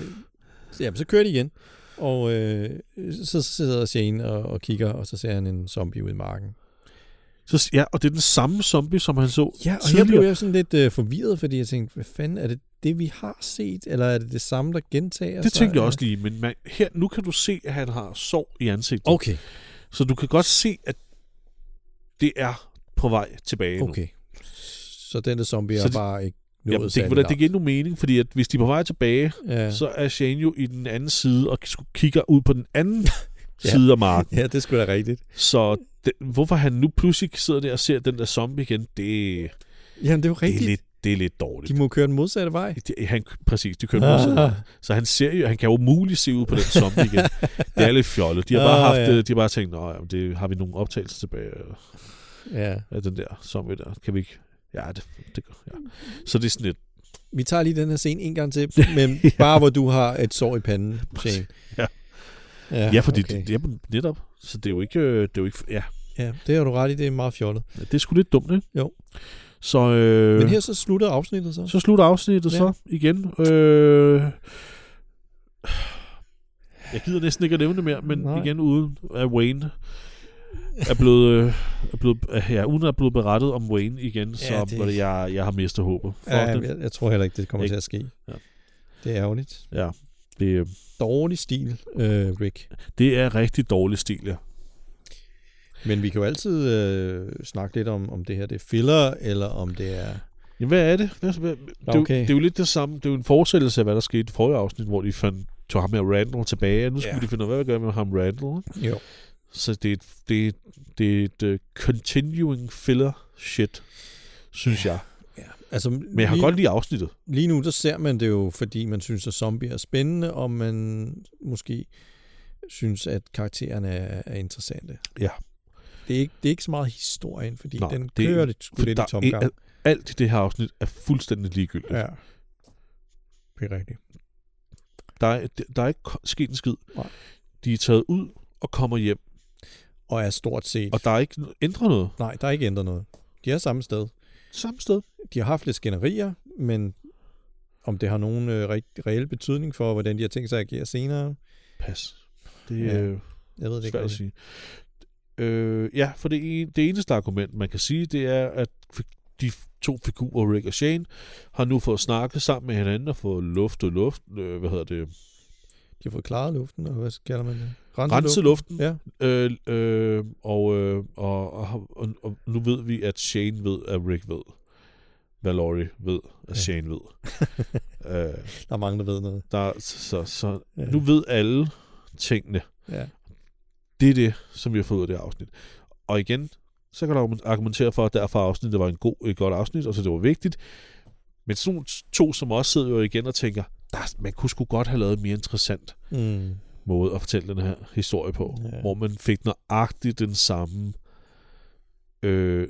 Speaker 2: ja, så kører de igen, og øh, så sidder Shane og, og kigger, og så ser han en zombie ud i marken.
Speaker 1: Så, ja, og det er den samme zombie, som han så
Speaker 2: Ja, og jeg
Speaker 1: tidligere.
Speaker 2: blev jo sådan lidt øh, forvirret, fordi jeg tænkte, hvad fanden, er det det, vi har set, eller er det det samme, der gentager
Speaker 1: Det
Speaker 2: sig?
Speaker 1: tænkte jeg
Speaker 2: eller-
Speaker 1: også lige, men man, her, nu kan du se, at han har sår i ansigtet.
Speaker 2: Okay,
Speaker 1: Så du kan godt se, at det er på vej tilbage nu.
Speaker 2: okay. Så den der zombie
Speaker 1: Så
Speaker 2: er
Speaker 1: det-
Speaker 2: bare ikke nået
Speaker 1: Jamen, det,
Speaker 2: særlig
Speaker 1: det, det
Speaker 2: langt.
Speaker 1: giver endnu mening, fordi at hvis de er på vej tilbage,
Speaker 2: ja.
Speaker 1: ja. så er Shane jo i den anden side og sk- kigger ud på den anden side af marken.
Speaker 2: [LAUGHS] ja, det skulle sgu da rigtigt.
Speaker 1: Så det, hvorfor han nu pludselig sidder der og ser den der zombie igen, det, det,
Speaker 2: Jamen, det er jo
Speaker 1: er,
Speaker 2: rigtigt.
Speaker 1: lidt, det er lidt
Speaker 2: De
Speaker 1: dårligt.
Speaker 2: må køre den modsatte vej.
Speaker 1: Det, han, præcis, det kører ah. Så han ser jo, han kan jo muligt se ud på den zombie igen. Det er lidt fjollet. De har bare,
Speaker 2: Ah,
Speaker 1: haft, øh,
Speaker 2: ja.
Speaker 1: de har bare tænkt, Nå, jamen, det har vi nogle optagelser tilbage øh,
Speaker 2: Ja.
Speaker 1: af den der zombie der. Kan vi ikke? Ja, det, det gør- ja. Så det er sådan lidt,
Speaker 2: Vi tager lige den her scene en
Speaker 1: [LAUGHS]
Speaker 2: gang til, men bare hvor du har et sår i panden, Shane.
Speaker 1: Ja.
Speaker 2: Ja,
Speaker 1: ja, fordi
Speaker 2: okay.
Speaker 1: det, det er netop, så det er jo ikke, øh, det er jo ikke, ja,
Speaker 2: ja, det har du ret i, det er meget fjollet.
Speaker 1: Ja, Det er sgu lidt dumt, ikke?
Speaker 2: Jo.
Speaker 1: Så, øh,
Speaker 2: Men her så slutter afsnittet så.
Speaker 1: så slutter afsnittet
Speaker 2: Ja.
Speaker 1: ja. så igen. Øh, jeg gider næsten ikke at nævne det mere, men
Speaker 2: Nej.
Speaker 1: Nej. igen uden at Wayne er blevet, øh, er blevet ja, uden at er blevet berettet om Wayne igen, ja, så
Speaker 2: det-
Speaker 1: det... Det, jeg, jeg har mistet håbet. Fuck
Speaker 2: Ja,
Speaker 1: det.
Speaker 2: jeg, jeg tror heller ikke, det kommer
Speaker 1: Ikke.
Speaker 2: til at ske.
Speaker 1: Ja.
Speaker 2: Det er ærgerligt.
Speaker 1: Ja, det, øh,
Speaker 2: Dårlig stil, øh, Rick.
Speaker 1: det er rigtig dårlig stil, ja.
Speaker 2: Men vi kan jo altid øh, snakke lidt om, om det her det er filler, eller om det er...
Speaker 1: Jamen, hvad er det? Hvad, hvad, det, er jo,
Speaker 2: Okay.
Speaker 1: det er jo lidt det samme. Det er jo en fortsættelse af, hvad der skete i forrige afsnit, hvor de fandt, tog ham her Randall tilbage, og nu skulle
Speaker 2: Ja.
Speaker 1: de finde ud af, hvad vi gør med ham Randall. ikke?
Speaker 2: Jo.
Speaker 1: Så det er et, det er, øh, det er et uh, continuing filler shit, synes jeg.
Speaker 2: Ja. Altså,
Speaker 1: Men jeg har godt lige afsnittet.
Speaker 2: lige nu, der ser man det jo, fordi man synes, at zombier er spændende, og man måske synes, at karaktererne er, er interessante.
Speaker 1: Ja.
Speaker 2: Det er, ikke, det er ikke så meget historien, fordi
Speaker 1: Nej,
Speaker 2: Nej, den
Speaker 1: det er-
Speaker 2: kører det, sgu lidt i
Speaker 1: der
Speaker 2: tomgang.
Speaker 1: er, alt i det her afsnit er fuldstændig ligegyldigt.
Speaker 2: Ja. Det er rigtigt.
Speaker 1: Der, er, der er ikke ko- sket en skid.
Speaker 2: Nej.
Speaker 1: De er taget ud og kommer hjem,
Speaker 2: Og er stort set... Og...
Speaker 1: og der er ikke n- ændret noget
Speaker 2: Nej, der er ikke ændret noget. De er samme sted.
Speaker 1: samme sted.
Speaker 2: De har haft lidt skænderier, men om det har nogen øh, rigt- reel betydning for, hvordan de har tænkt sig at agere senere,
Speaker 1: Pas. Det
Speaker 2: Ja,
Speaker 1: er øh,
Speaker 2: jeg ved det ikke.
Speaker 1: svært at
Speaker 2: rigtig.
Speaker 1: sige. Øh, ja, for det, en, det eneste argument, man kan sige, det er, at fi- de f- to figurer, Rick og Shane, har nu fået snakket sammen med hinanden og fået luft og luft, øh, hvad hedder det,
Speaker 2: De har fået klaret luften, og hvad kalder man det? Renset
Speaker 1: rense luften.
Speaker 2: Ja.
Speaker 1: Øh, øh, og, øh, og, og, har- og, og nu ved vi, at Shane ved, at Rick ved. Hvad Laurie ved, at
Speaker 2: Ja.
Speaker 1: Shane
Speaker 2: [LAUGHS]
Speaker 1: ved. øh,
Speaker 2: Der er mange, der ved noget.
Speaker 1: der, så, så
Speaker 2: Ja.
Speaker 1: nu ved alle tingene.
Speaker 2: Ja.
Speaker 1: Det er det, som vi har fået ud af det her afsnit. Og igen, så kan du argumentere for, at derfor afsnittet var en god, et godt afsnit, og så det var vigtigt. Men sådan nogle to som også sidder jo igen og tænker, der, er- man kunne sgu godt have lavet en mere interessant
Speaker 2: Mm.
Speaker 1: måde at fortælle den her historie på,
Speaker 2: Ja.
Speaker 1: ja. hvor man fik nøjagtigt den samme øh,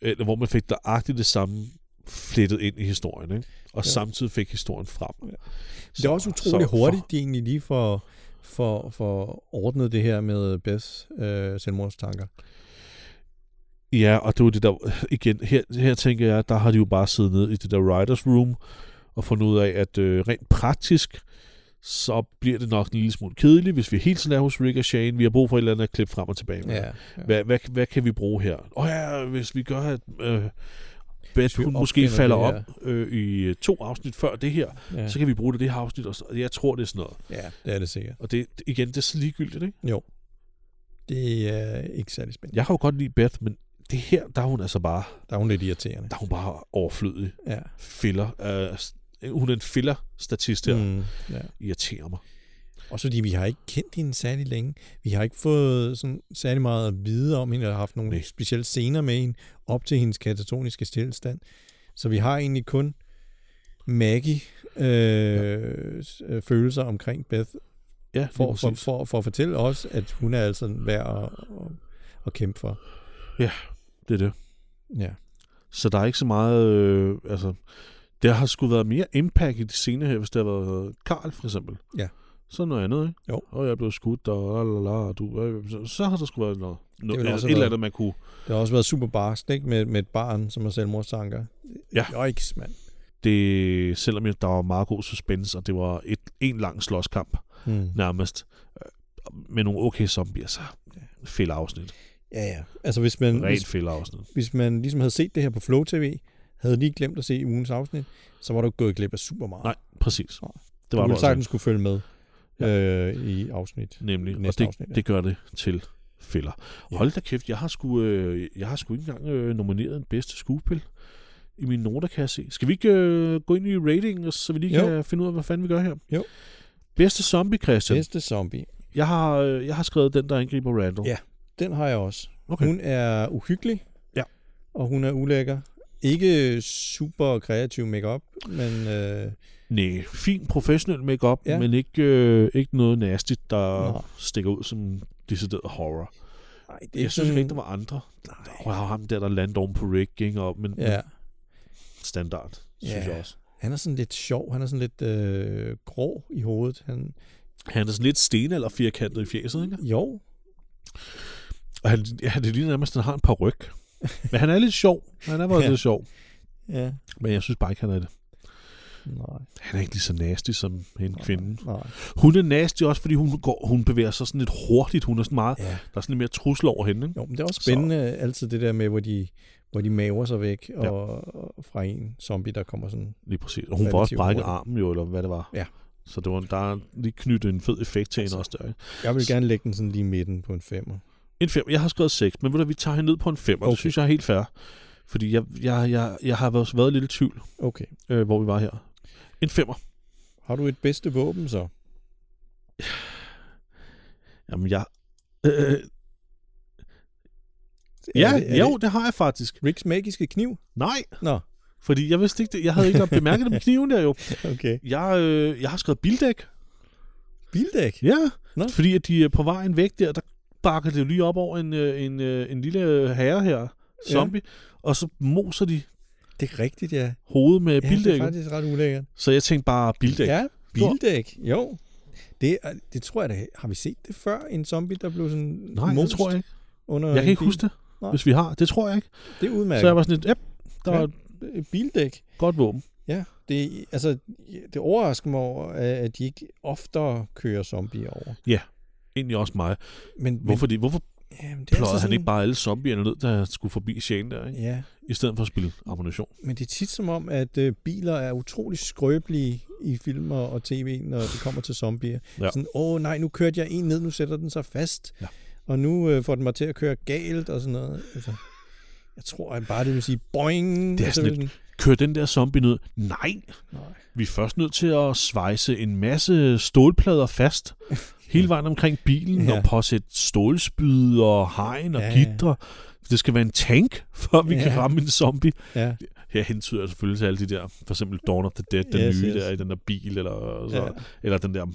Speaker 1: eller hvor man fik nøjagtigt det samme flettet ind i historien, ikke? og
Speaker 2: Ja.
Speaker 1: ja. samtidig fik historien frem.
Speaker 2: Ja.
Speaker 1: Ja.
Speaker 2: Det er også utroligt hurtigt, de egentlig lige får, for, for ordnet det her med Beths øh, selvmordstanker.
Speaker 1: Ja, og det var det der, igen, her, her tænker jeg, der har de jo bare siddet ned i det der writers room og fundet ud af, at øh, rent praktisk, så bliver det nok en lille smule kedeligt, hvis vi hele tiden er hos Rick og Shane. Vi har brug for et eller andet at klippe frem og tilbage med.
Speaker 2: ja.
Speaker 1: Hvad, hvad, hvad kan vi bruge her? Åh oh ja, hvis vi gør, at øh, Beth
Speaker 2: vi
Speaker 1: hun måske
Speaker 2: opfinder
Speaker 1: falder
Speaker 2: det
Speaker 1: op øh, i øh, to afsnit før det her,
Speaker 2: ja.
Speaker 1: ja. så kan vi bruge det i det her afsnit. Og så, jeg tror, det er sådan noget.
Speaker 2: ja, det er det sikkert.
Speaker 1: Og det, igen, det er så ligegyldigt, ikke?
Speaker 2: Jo. Det er ikke særlig spændende.
Speaker 1: Jeg kan jo godt lide Beth, men det her, der er hun altså bare,
Speaker 2: Der er hun lidt irriterende.
Speaker 1: der er hun bare overflødig.
Speaker 2: Ja.
Speaker 1: filler. Øh, s- hun er en filler-statist her. Mm.
Speaker 2: Mm, ja.
Speaker 1: Irriterer mig.
Speaker 2: Og så fordi vi har ikke kendt hende særlig længe. Vi har ikke fået sådan særlig meget at vide om hende, eller haft nogle
Speaker 1: Nej.
Speaker 2: specielle scener med hende, op til hendes katatoniske stillestand. Så vi har egentlig kun Maggie øh, s- øh, følelser omkring Beth,
Speaker 1: Ja,
Speaker 2: for,
Speaker 1: lige
Speaker 2: for,
Speaker 1: præcis.
Speaker 2: for, for at fortælle os, at hun er altså værd at, at, at kæmpe for.
Speaker 1: det er det.
Speaker 2: Ja.
Speaker 1: Så der er ikke så meget... Øh, altså, der har sgu været mere impact i de senere her, hvis det har været Karl for eksempel.
Speaker 2: Ja.
Speaker 1: Så noget andet, ikke?
Speaker 2: Jo.
Speaker 1: Og jeg blev skudt, og la, la, la, og du, øh, så, så har der sgu været noget. No,
Speaker 2: ville
Speaker 1: eller,
Speaker 2: også
Speaker 1: et
Speaker 2: have
Speaker 1: eller
Speaker 2: været-
Speaker 1: andet, man kunne...
Speaker 2: Det har også været super barsk, ikke? Med, med et barn, som har selvmordstanker.
Speaker 1: Ja.
Speaker 2: Yikes, mand.
Speaker 1: Det, selvom jeg- der var meget god suspense, og det var et, en lang slåskamp
Speaker 2: Hmm.
Speaker 1: nærmest, øh, med nogle okay zombier, så fælde afsnit.
Speaker 2: Ja, ja. Altså, hvis man,
Speaker 1: Rent
Speaker 2: hvis,
Speaker 1: fælde afsnit.
Speaker 2: hvis man ligesom havde set det her på Flow TV, havde lige glemt at se ugens afsnit, så var du ikke gået glip af super meget.
Speaker 1: Nej, præcis.
Speaker 2: Nej.
Speaker 1: Det
Speaker 2: du
Speaker 1: du altså
Speaker 2: ville
Speaker 1: ikke.
Speaker 2: sagtens kunne følge med øh, i afsnit.
Speaker 1: Nemlig, og
Speaker 2: Næste
Speaker 1: det,
Speaker 2: afsnit, ja.
Speaker 1: det gør det til fælder.
Speaker 2: Ja.
Speaker 1: Hold da kæft, jeg har sgu, øh, jeg har sgu ikke engang øh, nomineret en bedste skuespil i mine noter, kan jeg se. Skal vi ikke øh, gå ind i ratingen, og så vi lige
Speaker 2: Jo.
Speaker 1: kan finde ud af, hvad fanden vi gør her?
Speaker 2: Jo.
Speaker 1: Bedste zombie, Christian.
Speaker 2: Næste zombie,
Speaker 1: Jeg, har, øh, jeg har skrevet den, der angriber Randall.
Speaker 2: Ja. den har jeg også.
Speaker 1: Okay.
Speaker 2: Hun er uhyggelig.
Speaker 1: Ja.
Speaker 2: Og hun er ulækker. Ikke super kreativ makeup, men øh,
Speaker 1: Næh, fin professionel makeup,
Speaker 2: Ja.
Speaker 1: ja. men ikke, øh, ikke noget nasty, der
Speaker 2: Nå.
Speaker 1: Nå. stikker ud som decideret horror.
Speaker 2: nej, det er
Speaker 1: Jeg synes ikke, rigtig, der var andre. Wow, ham der, der landte oven på Rick, ikke? Og, men ja.
Speaker 2: Ja,
Speaker 1: standard, synes
Speaker 2: Ja.
Speaker 1: jeg også.
Speaker 2: han er sådan lidt sjov, han er sådan lidt øh, grå i hovedet. Han,
Speaker 1: Han er sådan lidt sten eller firkantet i fjeset, ikke?
Speaker 2: jo,
Speaker 1: Og han, ja, det ligner nærmest, at han har en par ryg. Men han er lidt sjov. Han er bare
Speaker 2: Ja.
Speaker 1: ja. lidt sjov.
Speaker 2: ja.
Speaker 1: Men jeg synes bare ikke, han er det.
Speaker 2: Nej,
Speaker 1: Han er ikke lige så nasty som en kvinde.
Speaker 2: nej.
Speaker 1: Hun er nasty også, fordi hun, går, hun bevæger sig sådan lidt hurtigt. Hun er sådan meget,
Speaker 2: Ja.
Speaker 1: der er sådan lidt mere trussel over hende. Ikke?
Speaker 2: Jo, men det er også spændende så. altid det der med, hvor de, hvor de maver sig væk og,
Speaker 1: Ja.
Speaker 2: og fra en zombie, der kommer sådan.
Speaker 1: Lige præcis. Og hun var
Speaker 2: Relativt
Speaker 1: også brækket
Speaker 2: hurtigt.
Speaker 1: armen jo, eller hvad det var.
Speaker 2: Ja.
Speaker 1: Så det var, der er lige knyttet en fed effekt til hende også der. Ikke?
Speaker 2: Jeg vil
Speaker 1: Så-
Speaker 2: gerne lægge den sådan lige i midten på en femmer.
Speaker 1: En fem. Jeg har skrevet 6, men ved du, vi tager hende ned på en 5, og
Speaker 2: Okay.
Speaker 1: det synes jeg er helt fair. Fordi jeg, jeg, jeg, jeg har også været lidt i tvivl,
Speaker 2: Okay.
Speaker 1: øh, hvor vi var her. En femmer.
Speaker 2: Har du et bedste våben så?
Speaker 1: Jamen, jeg... Øh,
Speaker 2: Er
Speaker 1: Ja,
Speaker 2: det- er
Speaker 1: det, jo, det? har jeg faktisk.
Speaker 2: Ricks magiske kniv?
Speaker 1: Nej,
Speaker 2: Nå,
Speaker 1: Fordi jeg vidste ikke det. Jeg havde ikke engang bemærket det med kniven der jo.
Speaker 2: Okay.
Speaker 1: Jeg, øh, jeg har skrevet bildæk.
Speaker 2: Bildæk?
Speaker 1: Ja.
Speaker 2: Nå.
Speaker 1: Fordi at de er på vejen væk der, der bakker det jo lige op over en, øh, en, øh, en lille øh, herre her, zombie, ja. og så moser de
Speaker 2: Det er rigtigt, ja.
Speaker 1: hovedet med
Speaker 2: ja
Speaker 1: ja,
Speaker 2: det er
Speaker 1: bildækket.
Speaker 2: faktisk ret ulækkert.
Speaker 1: Så jeg tænkte bare bildæk. Ja.
Speaker 2: Ja, bildæk. Jo. Det, er- det tror jeg da. Har vi set det før? En zombie, der blev sådan
Speaker 1: Nej, det
Speaker 2: most
Speaker 1: tror jeg ikke.
Speaker 2: Under
Speaker 1: Jeg
Speaker 2: en
Speaker 1: kan ikke
Speaker 2: bil?
Speaker 1: huske det,
Speaker 2: Nej.
Speaker 1: hvis vi har. Det tror jeg ikke.
Speaker 2: Det er udmærket.
Speaker 1: Så jeg var sådan lidt, ja, der
Speaker 2: Ja.
Speaker 1: var et
Speaker 2: Et Bildæk.
Speaker 1: godt våben.
Speaker 2: Ja, det, altså, det overrasker mig over, at at de ikke oftere kører zombier over.
Speaker 1: Egentlig også mig.
Speaker 2: Men,
Speaker 1: Hvorfor, de, hvorfor
Speaker 2: Men, jamen, det er
Speaker 1: pløjede
Speaker 2: altså
Speaker 1: han
Speaker 2: sådan,
Speaker 1: ikke bare alle zombierne ned, der skulle forbi Shane der, ikke?
Speaker 2: Ja,
Speaker 1: I stedet for at spille ammunition.
Speaker 2: men det er tit som om, at øh, biler er utrolig skrøbelige i film og, og tv, når det kommer til zombier.
Speaker 1: Ja.
Speaker 2: Sådan, åh nej, nu kørte jeg en ned, nu sætter den sig fast,
Speaker 1: Ja.
Speaker 2: og nu øh, får den mig til at køre galt og sådan noget. Altså, jeg tror at bare, det vil sige boing.
Speaker 1: Det er
Speaker 2: og så
Speaker 1: sådan
Speaker 2: vil den,
Speaker 1: Kør den der zombie ned. Nej,
Speaker 2: nej,
Speaker 1: vi er først nødt til at svejse en masse stålplader
Speaker 2: [LAUGHS]
Speaker 1: fast hele vejen omkring bilen
Speaker 2: Ja.
Speaker 1: ja. og påsætte stålspyd og hegn og
Speaker 2: Ja,
Speaker 1: ja,
Speaker 2: ja.
Speaker 1: gitter. Det skal være en tank, før vi ja.
Speaker 2: Ja.
Speaker 1: kan ramme en zombie.
Speaker 2: ja,
Speaker 1: Her hentyder jeg selvfølgelig til alle de der, for eksempel Dawn of the Dead, den
Speaker 2: Yes,
Speaker 1: yes, nye
Speaker 2: yes.
Speaker 1: yes. der i den der bil, eller, så,
Speaker 2: ja,
Speaker 1: ja. eller den der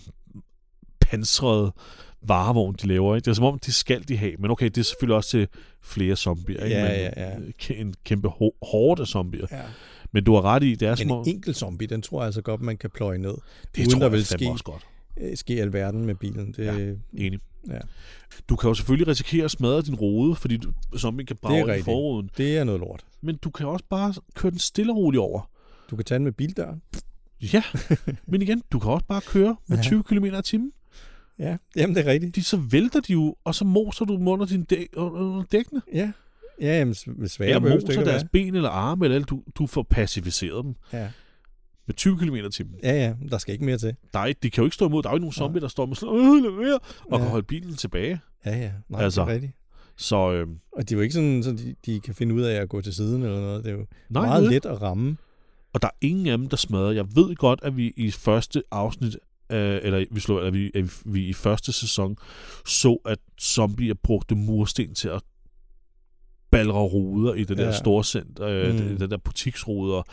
Speaker 1: pansrede varevogn, de laver. Ikke? Det er som om, det skal de have. Men okay, det er selvfølgelig også til flere zombier. Ikke?
Speaker 2: Ja,
Speaker 1: Men,
Speaker 2: ja, ja.
Speaker 1: øh, ke- En kæmpe hår- horde af zombier.
Speaker 2: ja.
Speaker 1: Men du har ret i, det er
Speaker 2: Men
Speaker 1: som om,
Speaker 2: en enkelt zombie, den tror jeg altså godt, man kan pløje ned.
Speaker 1: Altså, det
Speaker 2: uden
Speaker 1: tror
Speaker 2: der
Speaker 1: jeg
Speaker 2: vil
Speaker 1: fandme
Speaker 2: ske-
Speaker 1: også godt.
Speaker 2: øh, ske alverden med bilen. Det,
Speaker 1: Ja.
Speaker 2: ja.
Speaker 1: Enig.
Speaker 2: Ja.
Speaker 1: Du kan jo selvfølgelig risikere at smadre din rode, fordi du, zombien kan
Speaker 2: Det er
Speaker 1: brage den i
Speaker 2: rigtigt.
Speaker 1: forruden.
Speaker 2: det er noget lort.
Speaker 1: Men du kan også bare køre den stille og roligt over.
Speaker 2: Du kan tage den med bildøren. [LAUGHS]
Speaker 1: Ja, men igen, du kan også bare køre med
Speaker 2: Ja.
Speaker 1: 20 km i timen.
Speaker 2: Ja, jamen det er rigtigt.
Speaker 1: De, så vælter de jo, og så moser du dem under, din dæk, under dækkene.
Speaker 2: Ja, ja jamen, s- svære
Speaker 1: Eller
Speaker 2: behøves det
Speaker 1: moser
Speaker 2: ikke at
Speaker 1: deres ben eller arme, eller alt. Du, du får pacificeret dem
Speaker 2: være. Ja.
Speaker 1: med 20 km i timen.
Speaker 2: ja, ja, der skal ikke mere til.
Speaker 1: Der er, ikke- de kan jo ikke stå imod. Der er jo ikke nogen
Speaker 2: Nej.
Speaker 1: zombie, der står med sådan, øh, lad være, og
Speaker 2: Ja.
Speaker 1: kan holde bilen tilbage.
Speaker 2: Ja, ja, nej, altså.
Speaker 1: Altså.
Speaker 2: det er rigtigt.
Speaker 1: Så øh, nej,
Speaker 2: Og det er jo ikke sådan, så de, de kan finde ud af at gå til siden eller noget. Det er jo nej,
Speaker 1: det er
Speaker 2: meget
Speaker 1: det.
Speaker 2: let at ramme.
Speaker 1: Og der er ingen af dem, der smadrer. Jeg ved godt, at vi i første afsnit, øh, eller vi slår, eller vi, at vi i første sæson, så, at zombier brugte mursten til at balre ruder i det der
Speaker 2: Ja.
Speaker 1: ja. store center, øh,
Speaker 2: Mm.
Speaker 1: mm. det, det der butiksruder.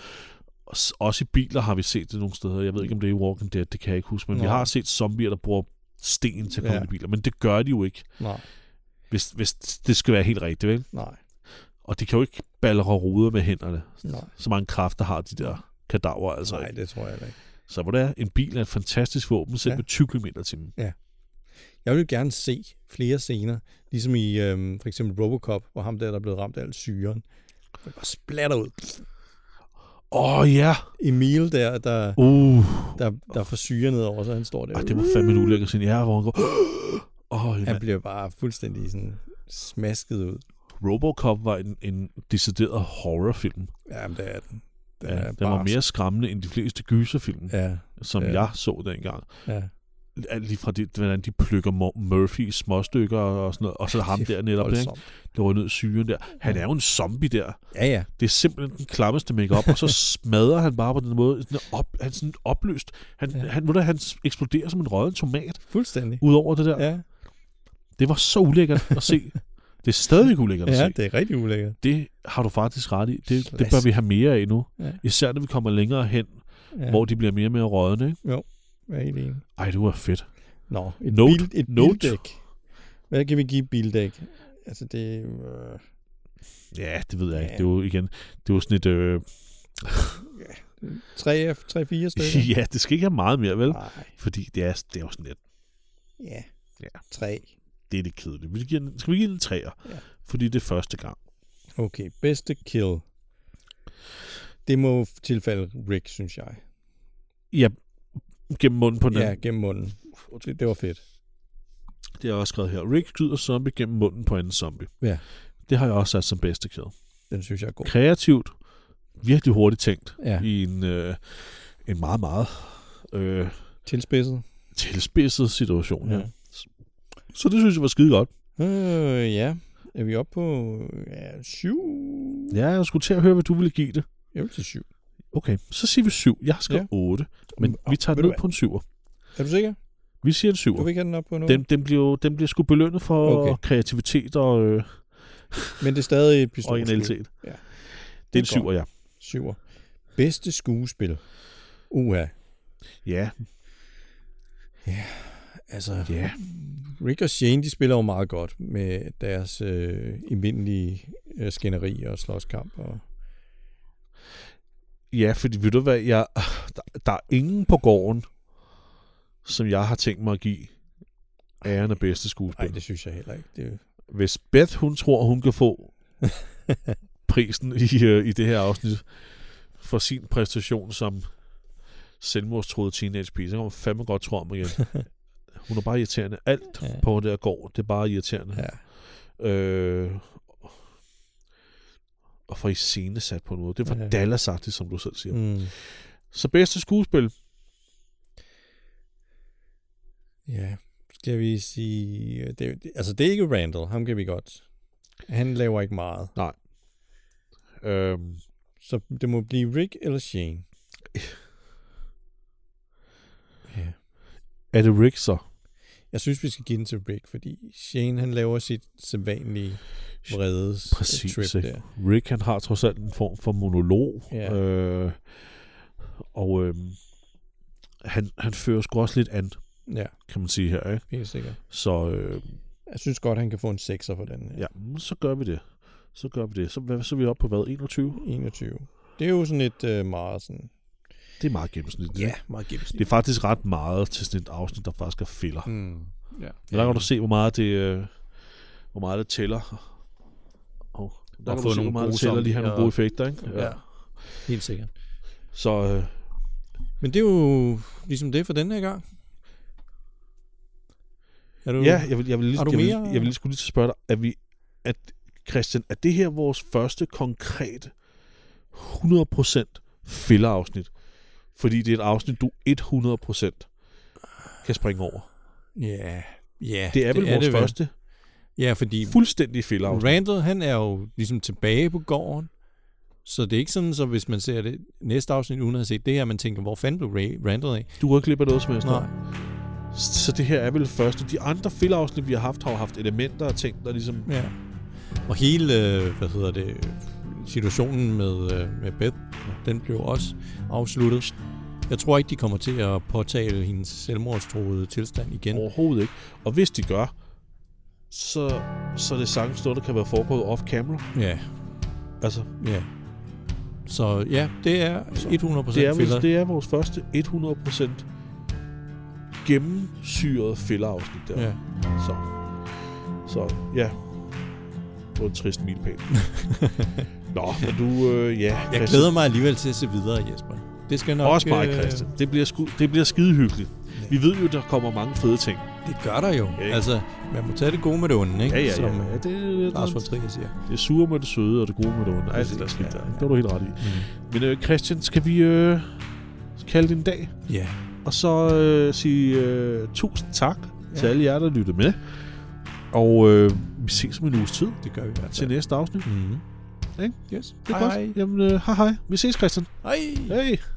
Speaker 1: Og s- Også i biler har vi set det nogle steder. Jeg ved ikke, om det er i Walking Dead, det kan jeg ikke huske, men Nå. vi
Speaker 2: Nå.
Speaker 1: har set zombier, der bruger sten til at komme
Speaker 2: Ja.
Speaker 1: ja. i biler, men det gør de jo ikke,
Speaker 2: Nej,
Speaker 1: hvis, hvis det skal være helt rigtigt, vel?
Speaker 2: nej,
Speaker 1: Og de kan jo ikke balre ruder med hænderne.
Speaker 2: nej.
Speaker 1: Så mange kræfter har de der kadaver, altså.
Speaker 2: Nej, det tror jeg da ikke.
Speaker 1: Så hvor det er, en bil er et fantastisk våben, selv
Speaker 2: Ja.
Speaker 1: ja. med 20 km i timen.
Speaker 2: Jeg vil jo gerne se flere scener, ligesom i øhm, for eksempel Robocop, hvor ham der, der er blevet ramt af al syren. Det bare splatter ud.
Speaker 1: Åh oh, ja!
Speaker 2: Emil der, der,
Speaker 1: Uh,
Speaker 2: der, der får syre ned over, så han står der.
Speaker 1: ah, det var fandme en ulækker scene. Ja,
Speaker 2: [GASPS]
Speaker 1: hvor han går... Åh, oh,
Speaker 2: Han
Speaker 1: ja.
Speaker 2: bliver bare fuldstændig sådan smasket ud.
Speaker 1: Robocop var en, en decideret horrorfilm.
Speaker 2: Jamen, det er den. Den,
Speaker 1: Ja,
Speaker 2: er
Speaker 1: den var
Speaker 2: barsk.
Speaker 1: mere skræmmende end de fleste gyserfilm, ja.
Speaker 2: Ja,
Speaker 1: som
Speaker 2: ja.
Speaker 1: ja. jeg så dengang.
Speaker 2: ja.
Speaker 1: Alt lige fra det, hvordan de plukker Mur- Murphy i småstykker og sådan noget, og så ham
Speaker 2: Det er
Speaker 1: der netop, ikke?
Speaker 2: Voldsomt.
Speaker 1: der var nødt syren der. Han er jo en zombie der.
Speaker 2: Ja, ja.
Speaker 1: Det er simpelthen den klammeste makeup
Speaker 2: [LAUGHS]
Speaker 1: og så smadrer han bare på den måde. Sådan op, han er sådan opløst. Han,
Speaker 2: Ja.
Speaker 1: ja. han, ved du, han eksploderer som en rødden tomat.
Speaker 2: Fuldstændig.
Speaker 1: Udover det der. Ja.
Speaker 2: Ja,
Speaker 1: Det var så ulækkert at se. Det er stadigvæk ulækkert at
Speaker 2: ja
Speaker 1: se.
Speaker 2: det er rigtig ulækkert.
Speaker 1: Det har du faktisk ret i. Det, det
Speaker 2: Slask.
Speaker 1: bør vi have mere af nu.
Speaker 2: Ja.
Speaker 1: Ja. Især når vi kommer længere hen,
Speaker 2: Ja,
Speaker 1: ja. hvor de bliver mere og mere rådne. Ikke?
Speaker 2: jeg er helt enig.
Speaker 1: Ej, det var fedt.
Speaker 2: Nå, et,
Speaker 1: Note.
Speaker 2: bil, et
Speaker 1: Note.
Speaker 2: bildæk. Hvad kan vi give bildæk? Altså, det er jo, øh,
Speaker 1: Ja, det ved jeg ikke.
Speaker 2: Ja.
Speaker 1: Det er jo igen, det er jo sådan et... Øh,
Speaker 2: 3F, 3-4 stykker?
Speaker 1: [LAUGHS] ja, det skal ikke have meget mere, vel?
Speaker 2: Nej,
Speaker 1: Fordi det er, det er jo sådan lidt...
Speaker 2: ja.
Speaker 1: Ja.
Speaker 2: 3.
Speaker 1: Det er lidt kedeligt. Vi giver, den- skal vi give den en træer?
Speaker 2: Ja.
Speaker 1: Ja. Fordi det er første gang.
Speaker 2: Okay, bedste kill. Det må tilfalde Rick, synes jeg.
Speaker 1: Ja, gennem munden på den.
Speaker 2: Ja,
Speaker 1: Ja.
Speaker 2: gennem munden. Det, det var fedt.
Speaker 1: Det har jeg også skrevet her. Rick skyder zombie gennem munden på anden zombie.
Speaker 2: Ja.
Speaker 1: Det har jeg også sat som bedste kæde.
Speaker 2: Den synes jeg er god.
Speaker 1: Kreativt. Virkelig hurtigt tænkt.
Speaker 2: Ja,
Speaker 1: i en, øh, en meget, meget øh,
Speaker 2: tilspidset.
Speaker 1: tilspidset situation. Ja.
Speaker 2: Ja.
Speaker 1: Ja. Så det synes jeg var skide godt.
Speaker 2: Øh, ja. Er vi oppe på ja, syv?
Speaker 1: Ja, jeg skulle til at høre, hvad du ville give det.
Speaker 2: Jeg vil til syv.
Speaker 1: Okay, så siger vi syv. Jeg har skrevet ja. otte, men
Speaker 2: Åh,
Speaker 1: vi tager den
Speaker 2: ved du
Speaker 1: ned
Speaker 2: hvad?
Speaker 1: på en syver.
Speaker 2: Er du sikker?
Speaker 1: Vi siger en
Speaker 2: Du
Speaker 1: syver.
Speaker 2: vil ikke have den op på noget?
Speaker 1: Den, den, bliver, jo- den bliver sgu belønnet for
Speaker 2: Okay.
Speaker 1: okay. kreativitet og øh,
Speaker 2: Men det er stadig et pistolskud.
Speaker 1: originalitet.
Speaker 2: Ja.
Speaker 1: Det er en
Speaker 2: Det er
Speaker 1: syver, ja.
Speaker 2: Syver. Bedste skuespil. Uha.
Speaker 1: Ja,
Speaker 2: Altså,
Speaker 1: ja.
Speaker 2: Rick og Shane, de spiller jo meget godt med deres øh, almindelige øh, skænderi og slåskamp. Og...
Speaker 1: Ja, fordi ved du hvad, jeg, der, der er ingen på gården, som jeg har tænkt mig at give æren af bedste
Speaker 2: Nej,
Speaker 1: skuespil.
Speaker 2: det synes jeg heller ikke. Det er jo...
Speaker 1: Hvis Beth, hun tror, hun kan få prisen i, øh, i det her afsnit for sin præstation som selvmordstroet teenage pige, så kan man fandme godt tro om igen.
Speaker 2: [LAUGHS]
Speaker 1: Hun er bare irriterende. Alt
Speaker 2: Ja.
Speaker 1: på det der gård, det er bare irriterende.
Speaker 2: Ja.
Speaker 1: Øh, og for i scene sat på noget. Det var
Speaker 2: Ja.
Speaker 1: ja. dallasagtigt, som du selv siger. Mm.
Speaker 2: Mm.
Speaker 1: Så bedste skuespil.
Speaker 2: ja. Skal vi sige... Det, er jo- det, altså, det er ikke Randall. Ham kan vi godt. Han laver ikke meget.
Speaker 1: Øh,
Speaker 2: Så det må blive Rick eller Shane. Ja.
Speaker 1: er det Rick så?
Speaker 2: Jeg synes, vi skal give den til Rick, fordi Shane han laver sit sædvanlige vrede
Speaker 1: Præcis,
Speaker 2: trip
Speaker 1: ikke?
Speaker 2: der.
Speaker 1: Rick, han har trods alt en form for monolog.
Speaker 2: Ja.
Speaker 1: Øh, og øh, han, han fører sgu også lidt an,
Speaker 2: Ja,
Speaker 1: kan man sige her. Ikke?
Speaker 2: helt sikkert.
Speaker 1: Så, øh,
Speaker 2: Jeg synes godt, han kan få en 6'er for den her.
Speaker 1: ja, så gør vi det. Så gør vi det. Så, hvad, så er vi oppe på hvad? 21?
Speaker 2: 21. Det er jo sådan et øh, meget sådan...
Speaker 1: Det er meget gennemsnitligt. ikke?
Speaker 2: meget
Speaker 1: Det er faktisk ret meget til sådan et afsnit, der faktisk er filler.
Speaker 2: Mm. Ja.
Speaker 1: Men der kan du se, hvor meget det, øh, hvor meget det tæller. Og der
Speaker 3: Og
Speaker 1: kan
Speaker 3: få
Speaker 1: du se,
Speaker 3: nogle
Speaker 1: hvor meget
Speaker 3: gode
Speaker 1: det tæller, lige have nogle gode
Speaker 3: zombier.
Speaker 1: effekter. Ikke?
Speaker 2: Ja.
Speaker 3: Helt sikkert.
Speaker 1: Så øh,
Speaker 2: Men det er jo ligesom det for den her gang. Er du...
Speaker 1: ja, jeg vil, jeg vil, lige,
Speaker 2: Har du
Speaker 1: jeg vil,
Speaker 2: mere?
Speaker 1: jeg vil lige skulle lige til at spørge dig, er vi, at, Christian, er det her vores første konkrete 100% filler-afsnit? Fordi det er et afsnit, du 100% kan springe over.
Speaker 2: Ja. ja
Speaker 1: Det er vel det vores er
Speaker 2: vel.
Speaker 1: første
Speaker 2: Ja, fordi
Speaker 1: fuldstændig filler-afsnit.
Speaker 2: Randall, han er jo ligesom tilbage på gården. Så det er ikke sådan, så hvis man ser det næste afsnit, uden at have set det her, man tænker, hvor fanden blev Ray, Randall af?
Speaker 1: Du går ikke glip af noget som helst.
Speaker 2: Nej.
Speaker 1: Så det her er vel første. De andre filler-afsnit, vi har haft, har jo haft elementer og ting, der ligesom
Speaker 2: Ja. Og hele, øh, hvad hedder det, situationen med, øh, med Beth, den blev også afsluttet. Jeg tror ikke, de kommer til at påtale hendes selvmordstroede tilstand igen.
Speaker 1: Overhovedet ikke. Og hvis de gør, så, så er det sagtens noget, der kan være foregået off-camera.
Speaker 2: Ja,
Speaker 1: Altså,
Speaker 2: ja. Så ja, det er 100%
Speaker 1: det er,
Speaker 2: filler.
Speaker 1: vel, det er vores første 100% gennemsyret filler-afsnit der.
Speaker 2: Ja.
Speaker 1: Så, så ja, det var en trist
Speaker 2: [LAUGHS]
Speaker 1: milepæl. Nå, men du, øh, ja.
Speaker 2: Jeg glæder mig alligevel til at se videre, Jesper. Det skal nok...
Speaker 1: Også mig,
Speaker 2: øh,
Speaker 1: Christian. Det bliver, sku, det bliver skide hyggeligt.
Speaker 2: Ja.
Speaker 1: Vi ved jo, der kommer mange fede ting.
Speaker 2: Det gør der jo.
Speaker 1: ikke?
Speaker 2: Altså, man må tage det gode med det onde, ikke?
Speaker 1: Ja, ja, ja.
Speaker 2: Som øh,
Speaker 1: ja det,
Speaker 2: Lars von
Speaker 1: det,
Speaker 2: Trier siger.
Speaker 1: det er sure med det søde, og det gode med det onde. Alt det der skidt
Speaker 2: Ja,
Speaker 1: der.
Speaker 2: ja.
Speaker 1: Det var du helt ret i.
Speaker 2: Mm.
Speaker 1: Men øh, Christian, skal vi øh, kalde det en dag?
Speaker 2: Ja.
Speaker 1: Og så øh, sige øh, tusind tak ja. til alle jer, der lyttede med. Og øh, vi ses om en uges tid
Speaker 2: Det gør vi i hvert
Speaker 1: til
Speaker 2: fald.
Speaker 1: næste afsnit.
Speaker 2: Mm.
Speaker 1: Ikke?
Speaker 2: Yes.
Speaker 1: Det er
Speaker 2: hej,
Speaker 1: godt.
Speaker 2: hej.
Speaker 1: Jamen, øh, hej hej. Vi ses, Christian.
Speaker 2: Hej.
Speaker 1: Hej.